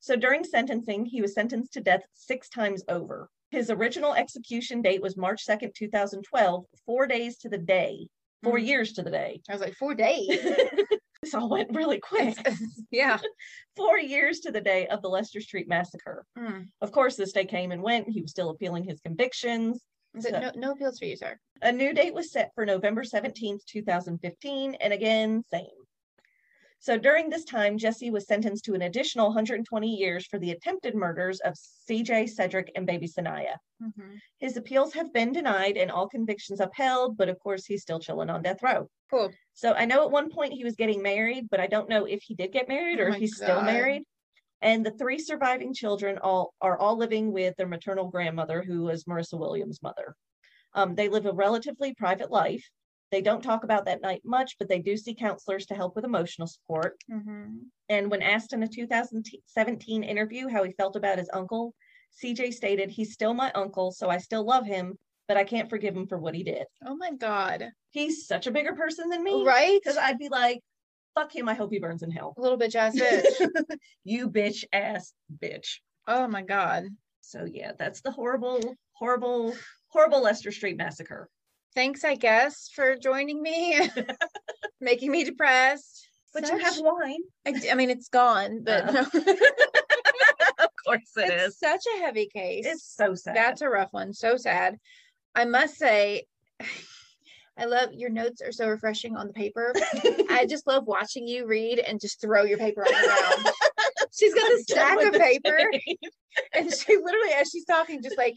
So during sentencing, he was sentenced to death six times over. His original execution date was March 2nd, 2012, four days to the day, 4
Mhm.
years to the day. [LAUGHS]
I was like, four days.
this all went really quick.
yeah.
[LAUGHS] Four years to the day of the Lester Street Massacre.
Mm.
Of course, this day came and went. He was still appealing his convictions.
I said,
So-
no, no appeals for you, sir.
A new date was set for November 17th, 2015, and again, same. So during this time, Jesse was sentenced to an additional 120 years for the attempted murders of CJ, Cedric, and baby Sanaya.
Mhm.
His appeals have been denied and all convictions upheld, but of course, he's still chilling on death row.
Cool.
So I know at one point he was getting married, but I don't know if he did get married
Oh
or
my
if he's still
God.
married. And the three surviving children all are all living with their maternal grandmother, who was Marissa Williams' mother. Um, they live a relatively private life. They don't talk about that night much, but they do see counselors to help with emotional support. Mm-hmm.
hmm
And when asked in a 2017 interview how he felt about his uncle, CJ stated, He's still my uncle, so I still love him, but I can't forgive him for what he did.
Oh my God.
He's such a bigger person than me.
Right?
Because I'd be like, Fuck him, I hope he burns in hell.
A little bitch
[LAUGHS]
ass bitch.
you bitch ass bitch.
oh my God.
So, yeah, that's the horrible, horrible, horrible Lester Street massacre.
Thanks, I guess, for joining me, [LAUGHS] making me depressed.
But you
Such-
have wine.
I, d- I mean, it's gone, but
Oh. [LAUGHS]
no.
of course it
it's
is.
such a heavy case.
It's so sad. [LAUGHS]
That's a rough one. So sad. I must say, I love your notes are so refreshing on the paper. I just love watching you read and just throw your paper on the ground.
[LAUGHS]
She's got
I'm
this stack
done with
of
this
paper, [LAUGHS]
day.
and she literally, as she's talking, just like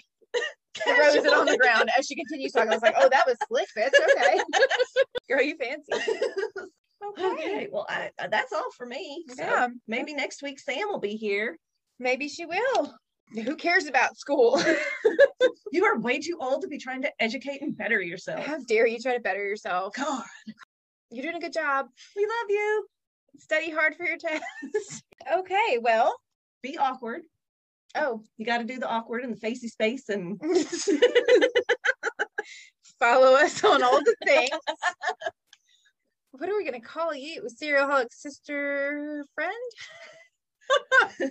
throws it on the ground as she continues talking. I was like, "Oh, that was slick, bitch. Okay, [LAUGHS] girl, you fancy."
Okay, well, I, uh, that's all for me. So
Yeah.
maybe next week Sam will be here.
Maybe she will. Who cares about school? [LAUGHS]
You are way too old to be trying to educate and better yourself.
How dare you try to better yourself?
God,
You're doing a good job.
we love you.
Study hard for your test. [LAUGHS] okay, well,
Be awkward.
oh,
You got to do the awkward and the facey space and
follow us on all the things. what are we going to call you? Serial Holic Sister Friend?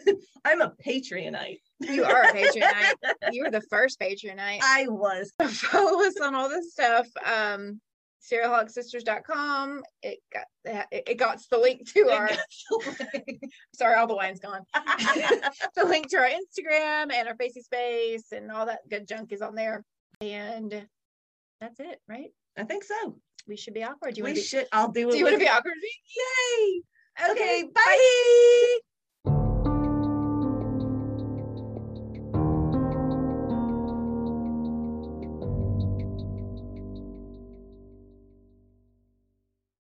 [LAUGHS] I'm a Patreonite.
You are a Patreonite. you were the first Patreonite.
I [LAUGHS] was.
[LAUGHS] follow us on all this stuff. Um, serialhogsisters.com. It got it, it got the link to our [LAUGHS] sorry, all the wine's gone. the link to our Instagram and our Facey Space and all that good junk is on there. And that's it, right?
I think so.
We should be awkward. Do you
we
want to be?
should. I'll do it.
Do you want to
with-
be awkward? with me?
Yay! Okay,
Okay,
bye.